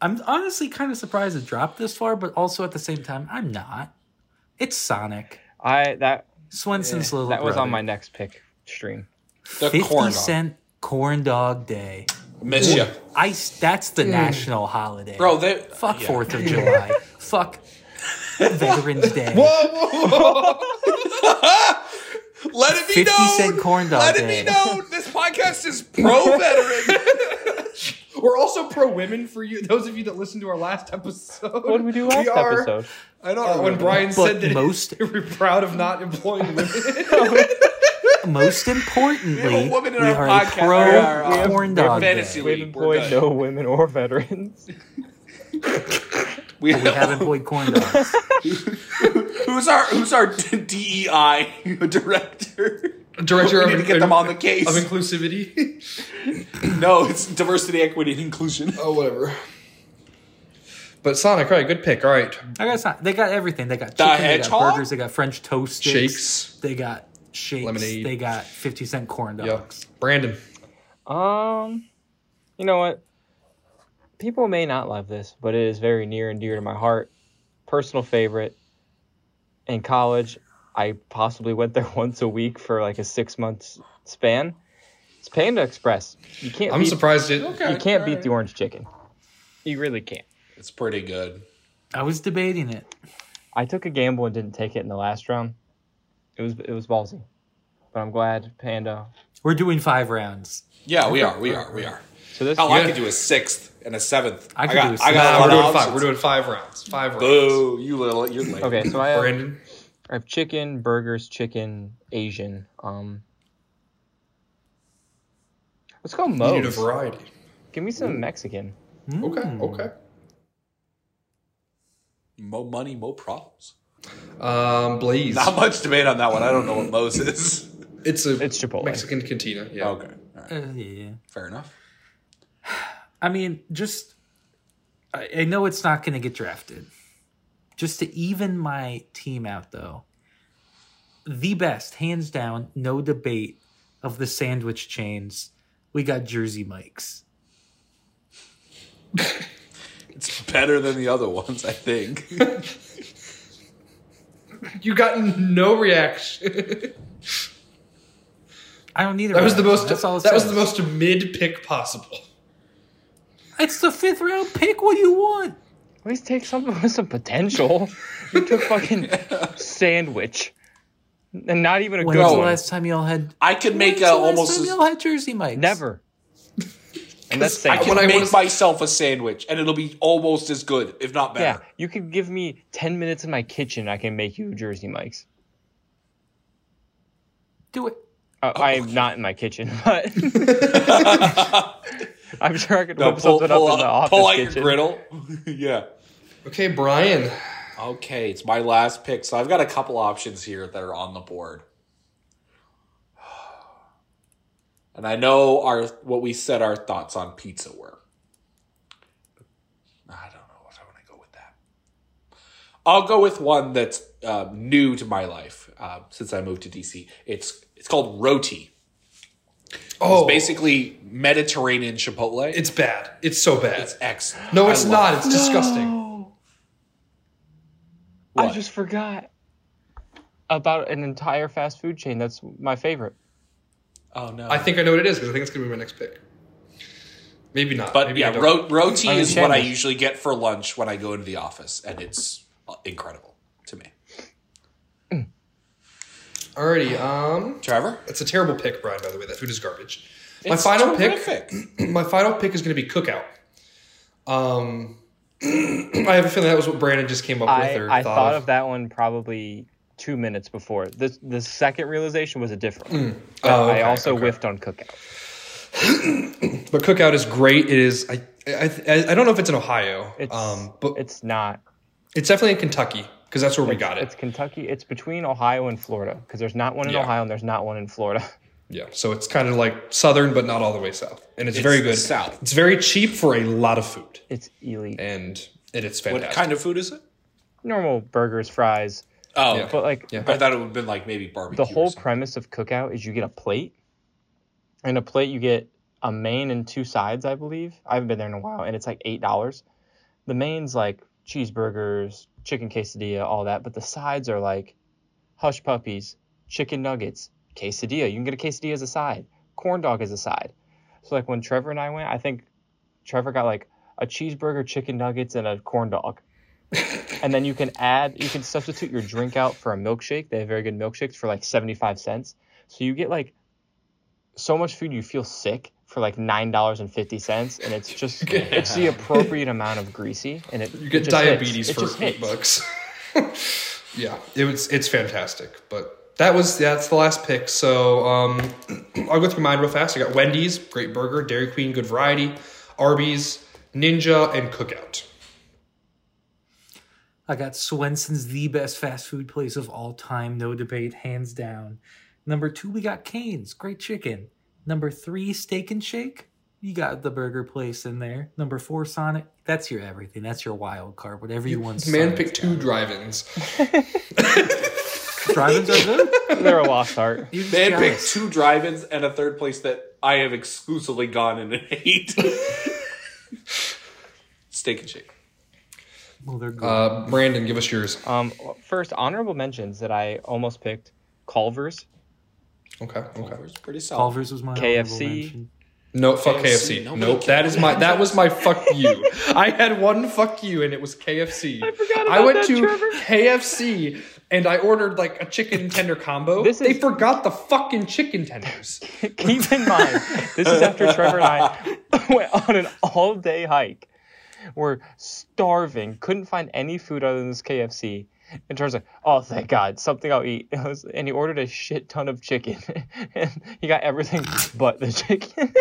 S8: I'm honestly kind of surprised it dropped this far, but also at the same time, I'm not. It's Sonic
S6: I that
S8: Swenson's little.
S6: that was on
S8: brother.
S6: my next pick stream.
S7: The
S8: fifty
S7: corn
S8: corn
S7: dog.
S8: corn dog day.
S7: Miss ya. Oh,
S8: I that's the national holiday,
S7: Bro, they
S8: Fuck
S7: yeah.
S8: Fourth of July. Fuck Veterans Day.
S7: Let it be
S8: 50
S7: known.
S8: cent corn dog
S7: Let it
S8: day.
S7: be known. This podcast is pro veteran.
S1: We're also pro women for you. Those of you that listened to our last episode.
S6: What did we do last
S1: are-
S6: episode?
S1: I don't know. When Brian said
S8: But
S1: that
S8: most
S1: we were proud of not employing women.
S8: most importantly,
S7: a woman in
S8: we
S7: our
S8: are
S7: podcast.
S8: a pro
S7: We are, uh,
S8: corn
S7: we're
S8: dog
S7: fantasy
S8: day.
S6: We've
S7: league. We're
S6: employed
S7: done.
S6: no women or veterans.
S7: We
S8: We have employed corn dogs.
S7: Who's our Who's our DEI director?
S1: Director
S7: We
S1: of,
S7: need to get them on the case.
S1: of inclusivity.
S7: No, it's diversity, equity, and inclusion.
S1: oh, whatever. But Sonic, right? Good pick. All right,
S8: I got Sonic. They got everything. They got chicken. They
S7: hedgehog?
S8: got burgers. They got French toast sticks,
S1: Shakes.
S8: They got shakes.
S1: Lemonade.
S8: They got fifty cent corn
S1: yeah.
S8: dogs.
S1: Brandon,
S6: Um, you know what? People may not love this, but it is very near and dear to my heart. Personal favorite. In college, I possibly went there once a week for like a six month span. It's Panda Express. You can't.
S1: I'm
S6: beat,
S1: surprised it.
S6: You can't beat the orange chicken. You really can't.
S7: It's pretty good.
S8: I was debating it.
S6: I took a gamble and didn't take it in the last round. It was it was ballsy, but I'm glad Panda.
S8: We're doing five rounds.
S7: Yeah, we are. We are. We are.
S6: So this
S7: Oh, I
S1: Yeah.
S7: could do a sixth and a seventh.
S8: I could
S7: got,
S8: do a
S7: I got
S1: Nah,
S7: a
S1: we're
S7: lot
S1: doing
S7: of
S1: five. We're
S7: options.
S1: doing five rounds. Five rounds.
S7: Boo! You little, you're late.
S6: okay. So I have,
S1: Brandon,
S6: I have chicken, burgers, chicken, Asian. Um, let's go
S1: you need a
S6: Moe's.
S1: variety.
S6: Give me some Mexican.
S7: Hmm.
S1: Okay, okay.
S7: Mo money, mo problems.
S1: Um, Blaze.
S7: Not much debate on that one. I don't know what Mo's is.
S1: It's a
S6: It's Chipotle.
S1: Mexican cantina. Yeah.
S7: Okay, all right.
S8: Uh, yeah.
S7: fair enough.
S8: I mean, just I, I know it's not going to get drafted. Just to even my team out, though, the best, hands down, no debate of the sandwich chains. We got Jersey Mike's.
S7: It's better than the other ones, I think.
S1: You got no reaction.
S8: I don't need a
S1: that was the
S8: reaction.
S1: most.
S8: That's all it
S1: that was
S8: says.
S1: the most mid pick possible.
S8: It's the fifth round pick. What do you want?
S6: At least take something with some potential. you took fucking sandwich, and not even a
S8: When
S6: good
S8: was the
S6: one.
S8: last time y'all had?
S7: I could make
S8: When's the
S7: a,
S8: last
S7: almost
S8: time
S7: as,
S8: y'all had Jersey Mike's?
S6: Never. And that's
S7: I
S6: saying
S7: could
S1: When I
S7: make
S1: was-
S7: myself a sandwich, and it'll be almost as good, if not
S6: yeah.
S7: better.
S6: You could give me ten minutes in my kitchen, I can make you Jersey Mike's.
S8: Do it.
S6: Uh,
S7: Oh.
S6: I'm not in my kitchen, but I'm sure I could
S7: No,
S6: whip
S7: pull,
S6: something
S7: pull
S6: up in the
S7: out,
S6: office
S7: pull out your
S6: kitchen.
S7: griddle. yeah.
S1: Okay, Brian.
S7: Okay, it's my last pick, so I've got a couple options here that are on the board. And I know our what we said our thoughts on pizza were. I don't know what I want to go with that. I'll go with one that's uh, new to my life uh, since I moved to DC. It's it's called roti.
S1: Oh,
S7: It's basically Mediterranean Chipotle.
S1: it's bad. It's so bad.
S7: It's excellent.
S1: no,
S7: I
S1: it's
S7: love
S1: not.
S7: it.
S1: It's disgusting.
S6: I
S7: What?
S6: just forgot about an entire fast food chain. That's my favorite.
S7: Oh no!
S1: I think I know what it is because I think it's gonna be my next pick. Maybe not.
S7: But
S1: Maybe I
S7: yeah,
S1: don't.
S7: ro- roti
S6: I mean,
S7: is what I
S6: sandwich.
S7: usually get for lunch when I go into the office, and it's uh, incredible to me.
S1: Alrighty. Um,
S7: Trevor,
S1: it's a terrible pick, Brian. By the way, that food is garbage. my
S7: It's
S1: final
S7: terrific.
S1: pick. My final pick is gonna be Cookout. Um, I have a feeling that was what Brandon just came up with.
S6: I,
S1: Or
S6: I thought of that one probably two minutes before. The the second realization was a different one. But
S1: Oh, okay,
S6: I also
S1: okay.
S6: whiffed on cookout.
S1: But Cookout is great. It is. I I, I, I don't know if it's in Ohio.
S6: It's
S1: um, but it's,
S6: it's not.
S1: definitely in Kentucky because that's where we got
S6: It's
S1: it.
S6: Kentucky. It's between Ohio and Florida because there's not one in
S1: Yeah.
S6: Ohio and there's not one in Florida.
S1: Yeah. So it's kind of like southern, but not all the way south. And it's,
S7: It's
S1: very good.
S7: south.
S1: It's very cheap for a lot of food,
S6: It's elite.
S1: and it is
S7: What
S1: fantastic.
S7: kind of food is it?
S6: Normal burgers, fries,
S7: Oh,
S1: Yeah.
S6: but uh, like
S1: Yeah.
S7: I thought it would have been like maybe barbecue.
S6: the
S7: or
S6: whole
S7: something.
S6: premise of cookout is you get a plate and a plate you get a main and two sides i believe i haven't been there in a while and it's like eight dollars the main's like cheeseburgers chicken quesadilla all that but the sides are like hush puppies chicken nuggets quesadilla you can get a quesadilla as a side corn dog as a side so like when trevor and i went i think trevor got like a cheeseburger chicken nuggets and a corn dog and then you can add you can substitute your drink out for a milkshake they have very good milkshakes for like 75 cents so you get like so much food you feel sick for like nine dollars and fifty cents and it's just it's the appropriate amount of greasy and it
S1: you get
S6: it just hits.
S1: diabetes
S6: It just
S1: for eight
S6: hits.
S1: bucks. yeah, it was it's fantastic. But that was that's the last pick. So um, I'll go through mine real fast. I got Wendy's, great burger, Dairy Queen, good variety, Arby's, Ninja, and Cookout.
S8: I got Swenson's the best fast food place of all time, no debate, hands down. Number two, we got Cane's, great chicken. Number three, Steak and Shake. You got the burger place in there. Number four, Sonic. That's your everything. That's your wild card. Whatever you, want.
S1: Man
S8: Sonic's
S1: picked two
S8: got.
S1: drive-ins.
S8: drive-ins are good.
S6: they're a lost art
S8: You just
S7: Man
S8: got
S7: picked
S8: us.
S7: two drive-ins and a third place that I have exclusively gone in and ate. Steak and shake.
S8: Well, they're good.
S1: Uh, Brandon, give us yours.
S6: um first honorable mentions that i almost picked culver's
S1: Okay, okay.
S7: It's pretty solid.
S8: Culver's was my honorable
S6: KFC.
S8: mention.
S1: No, fuck
S7: KFC,
S1: KFC.
S7: nobody
S1: Nope.
S7: cares.
S1: That is my that was my fuck you. I had one fuck you and it was KFC. I
S6: forgot
S1: I
S6: about that,
S1: went to
S6: Trevor.
S1: KFC and I ordered like a chicken tender combo.
S6: This
S1: they
S6: is-
S1: forgot the fucking chicken tenders.
S6: keep in mind, this is after Trevor and I went on an all day hike. We're starving, couldn't find any food other than this KFC. And Trevor's like, oh, thank God, something I'll eat. And, I was- and he ordered a shit ton of chicken. and he got everything but the chicken.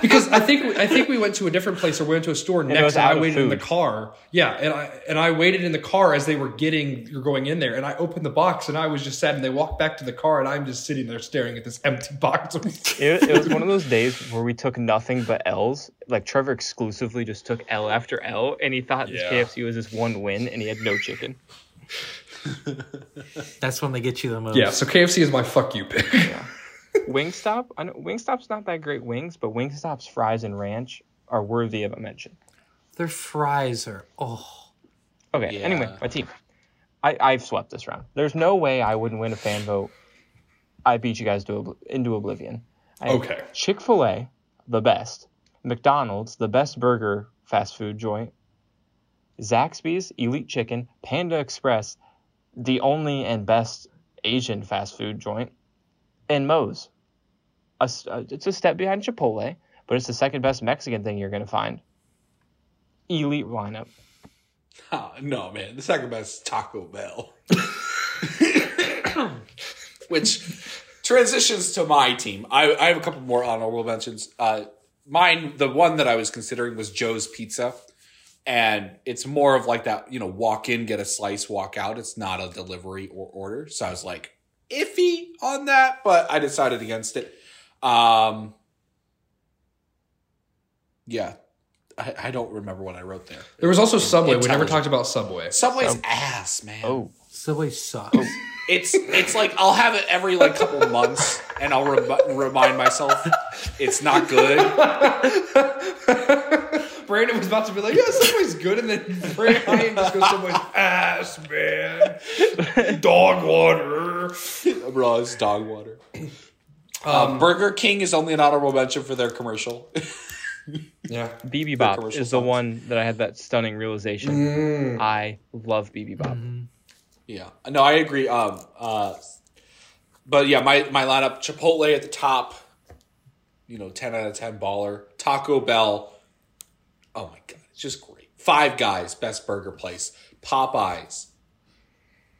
S1: because I think I think we went to a different place or we went to a store
S6: it
S1: next
S6: was
S1: and
S6: out
S1: I
S6: of
S1: waited in the
S6: food.
S1: car. Yeah, and I and I waited in the car as they were getting you're going in there and I opened the box and I was just sad and they walked back to the car and I'm just sitting there staring at this empty box.
S6: It, it was one of those days where we took nothing but L's. Like Trevor exclusively just took L after L, and he thought this
S1: Yeah.
S6: KFC was his one win, and he had no chicken.
S8: That's when they get you the most.
S1: yeah, so KFC is my fuck you pick.
S6: Wingstop, I know Wingstop's not that great wings, but Wingstop's fries and ranch are worthy of a mention.
S8: Their fries are oh
S6: Okay, anyway, my team. I, I've swept this round. There's no way I wouldn't win a fan vote. I beat you guys to obl- into oblivion.
S1: Okay.
S6: Chick fil A, the best. McDonald's, the best burger fast food joint. Zaxby's, elite chicken. Panda Express, the only and best Asian fast food joint. And Moe's. A s- uh, it's a step behind Chipotle, but it's the second best Mexican thing you're going to find. Elite lineup.
S7: Ah, no, man. The second best is Taco Bell. Which transitions to my team. I, I have a couple more honorable mentions. Uh, mine, the one that I was considering was Joe's Pizza. And it's more of like that, you know, walk in, get a slice, walk out. It's not a delivery or order. So I was like iffy on that, but I decided against it. Um, yeah. I, I don't remember what I wrote there.
S1: There was also Subway. We never
S7: Intelligent.
S1: talked about Subway.
S7: Subway's ass, man.
S6: Oh.
S8: Subway sucks.
S7: Oh. It's it's like I'll have it every like couple months, and I'll rem- remind myself it's not good.
S1: Brandon was about to be like, yeah, Subway's good, and then Brandon just goes Subway's ass, man. Dog water.
S7: Raw is dog water. Um, Burger King is only an honorable mention for their commercial.
S1: Yeah.
S6: BB Bop
S7: commercial
S6: is the
S7: songs.
S6: one that I had that stunning realization.
S1: Mm.
S6: I love BB Bop.
S7: yeah, no, I agree. Um, uh, but yeah, my my lineup: Chipotle at the top, you know, ten out of ten baller. Taco Bell, oh my god, it's just great. Five Guys, best burger place. Popeyes,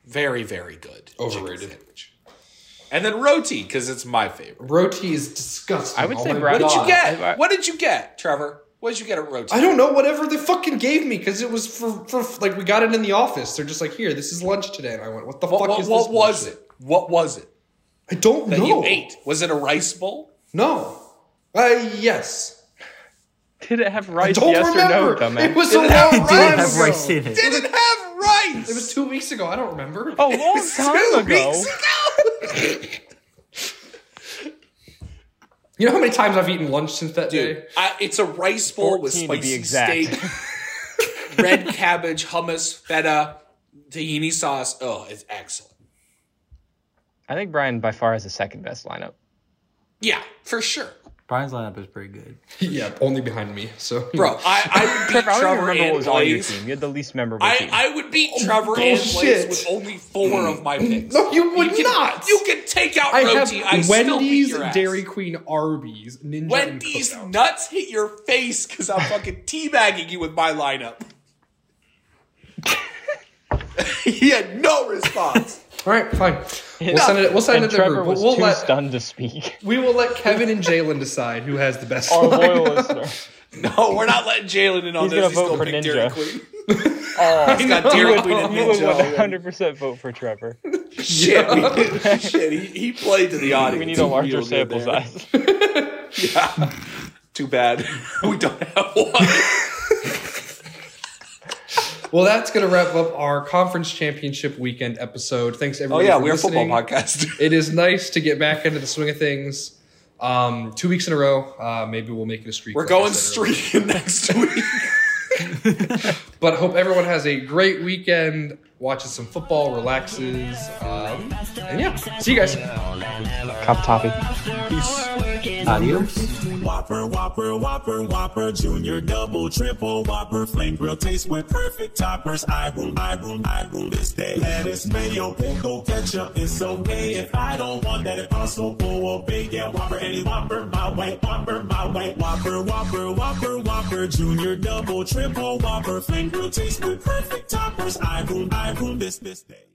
S7: very very good. chicken
S1: Overrated.
S7: sandwich. And then roti because it's my favorite.
S1: Roti is disgusting.
S6: I would
S1: Oh
S6: say
S1: my
S6: Brad-
S1: God.
S7: What did you
S6: I-
S7: get? What did you get, Trevor? What did you get at roti?
S1: I don't know. Whatever they fucking gave me, because it was for, for like we got it in the office. They're just like, here, this is lunch today, and I went, what the
S7: what
S1: fuck
S7: what,
S1: is
S7: what
S1: this?
S7: was
S1: bullshit?
S7: it? What was it
S1: I don't
S7: that
S1: know.
S7: you ate? Was it a rice bowl?
S1: No. Uh, yes.
S6: Did it have
S1: I
S6: rice?
S1: don't
S6: Yes
S1: remember.
S6: or no, dumbass?
S1: it was a long time
S8: did
S1: ago.
S8: have rice in it.
S7: Didn't have rice.
S1: It was two weeks ago. I don't remember.
S6: a long time ago.
S1: You know how many times I've eaten lunch since that
S7: Dude,
S1: day?
S7: I, it's a rice bowl with
S6: 14 to be
S7: spicy
S6: exact.
S7: steak, red cabbage, hummus, feta, tahini sauce. Oh, it's excellent.
S6: I think Brian by far has the second best lineup.
S7: Yeah, for sure,
S8: Brian's lineup is pretty good.
S1: yeah, only behind me. So,
S7: bro. I, I would beat
S6: Trevor, I don't even
S7: Trevor
S6: remember what
S7: and
S6: was on your
S7: Blaze.
S6: team. You had the least memorable
S7: I,
S6: team.
S7: I would beat Trevor and Blaze
S1: Oh, bullshit.
S7: with only four of my picks.
S1: no, you would
S7: can,
S1: not.
S7: You can take out
S1: I
S7: roti. I
S1: have
S7: still beat
S1: Wendy's,
S7: your ass.
S1: Dairy Queen, Arby's, Ninja, and
S7: Wendy's
S1: Cookout.
S7: nuts hit your face because I'm fucking teabagging you with my lineup. he had no response.
S1: All right, fine. We'll send it. We'll send
S6: and
S1: it to the
S6: Trevor
S1: group.
S6: was
S1: We'll
S6: too
S1: let
S6: stunned to speak.
S1: we will let Kevin and Jalen decide who has the best.
S6: Our
S1: lineup.
S6: loyal listener.
S7: No, Oh, we're not letting Jalen in on
S6: He's
S7: this.
S6: gonna
S7: He's
S6: vote
S7: still
S6: for
S7: picked
S6: Ninja.
S7: Dairy Queen.
S6: Oh,
S7: He's got Dairy
S1: know.
S7: Queen and
S6: you would
S7: Ninja.
S6: 100% vote for Trevor.
S7: Shit, we- shit he, he played to the audience.
S6: We need a larger
S7: Real good
S6: sample
S7: there.
S6: size.
S7: Yeah. Too bad we don't have one.
S1: Well, that's going to wrap up our conference championship weekend episode. Thanks
S7: Oh
S1: everybody.
S7: yeah,
S1: for
S7: we're a football
S1: listening.
S7: podcast.
S1: It is nice to get back into the swing of things. Um, two weeks in a row. Uh, maybe we'll make it a streak.
S7: We're
S1: like I
S7: going
S1: said earlier.
S7: streaking next week.
S1: But hope everyone has a great weekend. Watches some football, relaxes, um, and yeah. See you guys.
S6: Cup topic.
S8: Adios.
S9: Whopper, Whopper, Whopper, Whopper, Junior, Double, Triple, Whopper, Flame Grill taste with perfect toppers. I rule, I rule, I rule this day. Lettuce, mayo, pickle, ketchup, it's okay if I don't want that. If I'm so full of bacon, Whopper, any Whopper, my way, Whopper, my way. Whopper, Whopper, Whopper, Whopper, Junior, Double, Triple, Whopper, Flame Grill taste with perfect toppers. I rule, I rule this, this day.